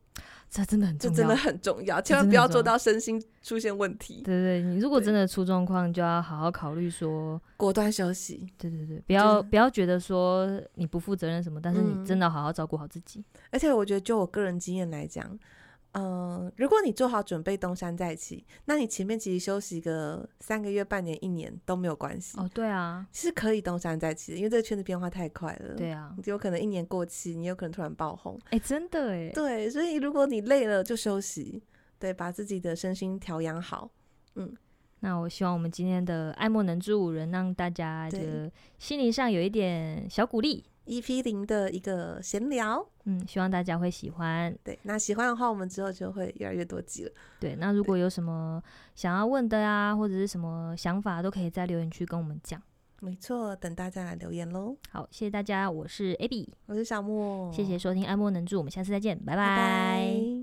这真的很这重真要的。很重要，千万真不的要很重做要到身心出现问题，对对，你如果对真的出状况，就要好好考虑说，果断休息。对对对，不要对不要觉得说你不负责任什么，但是你嗯真的好好照顾好自己。而且我觉得，就我个人经验来讲，嗯、如果你做好准备东山再起，那你前面其实休息个三个月、半年、一年都没有关系，哦，对啊，是可以东山再起的，因为这个圈子变化太快了。对啊，有可能一年过期，你有可能突然爆红。哎、真的哎，对，所以如果你累了就休息，对，把自己的身心调养好。那我希望我们今天的爱莫能助人，让大家对的心灵上有一点小鼓励。 EP E 零的一个闲聊，嗯，希望大家会喜欢。对，那喜欢的话，我们之后就会越来越多集了。对，那如果有什么想要问的啊，或者是什么想法，都可以在留言区跟我们讲。没错，等大家来留言喽。好，谢谢大家，我是 Abby，、我是小莫，谢谢，收听爱莫能助，我们下次再见，拜哦拜拜。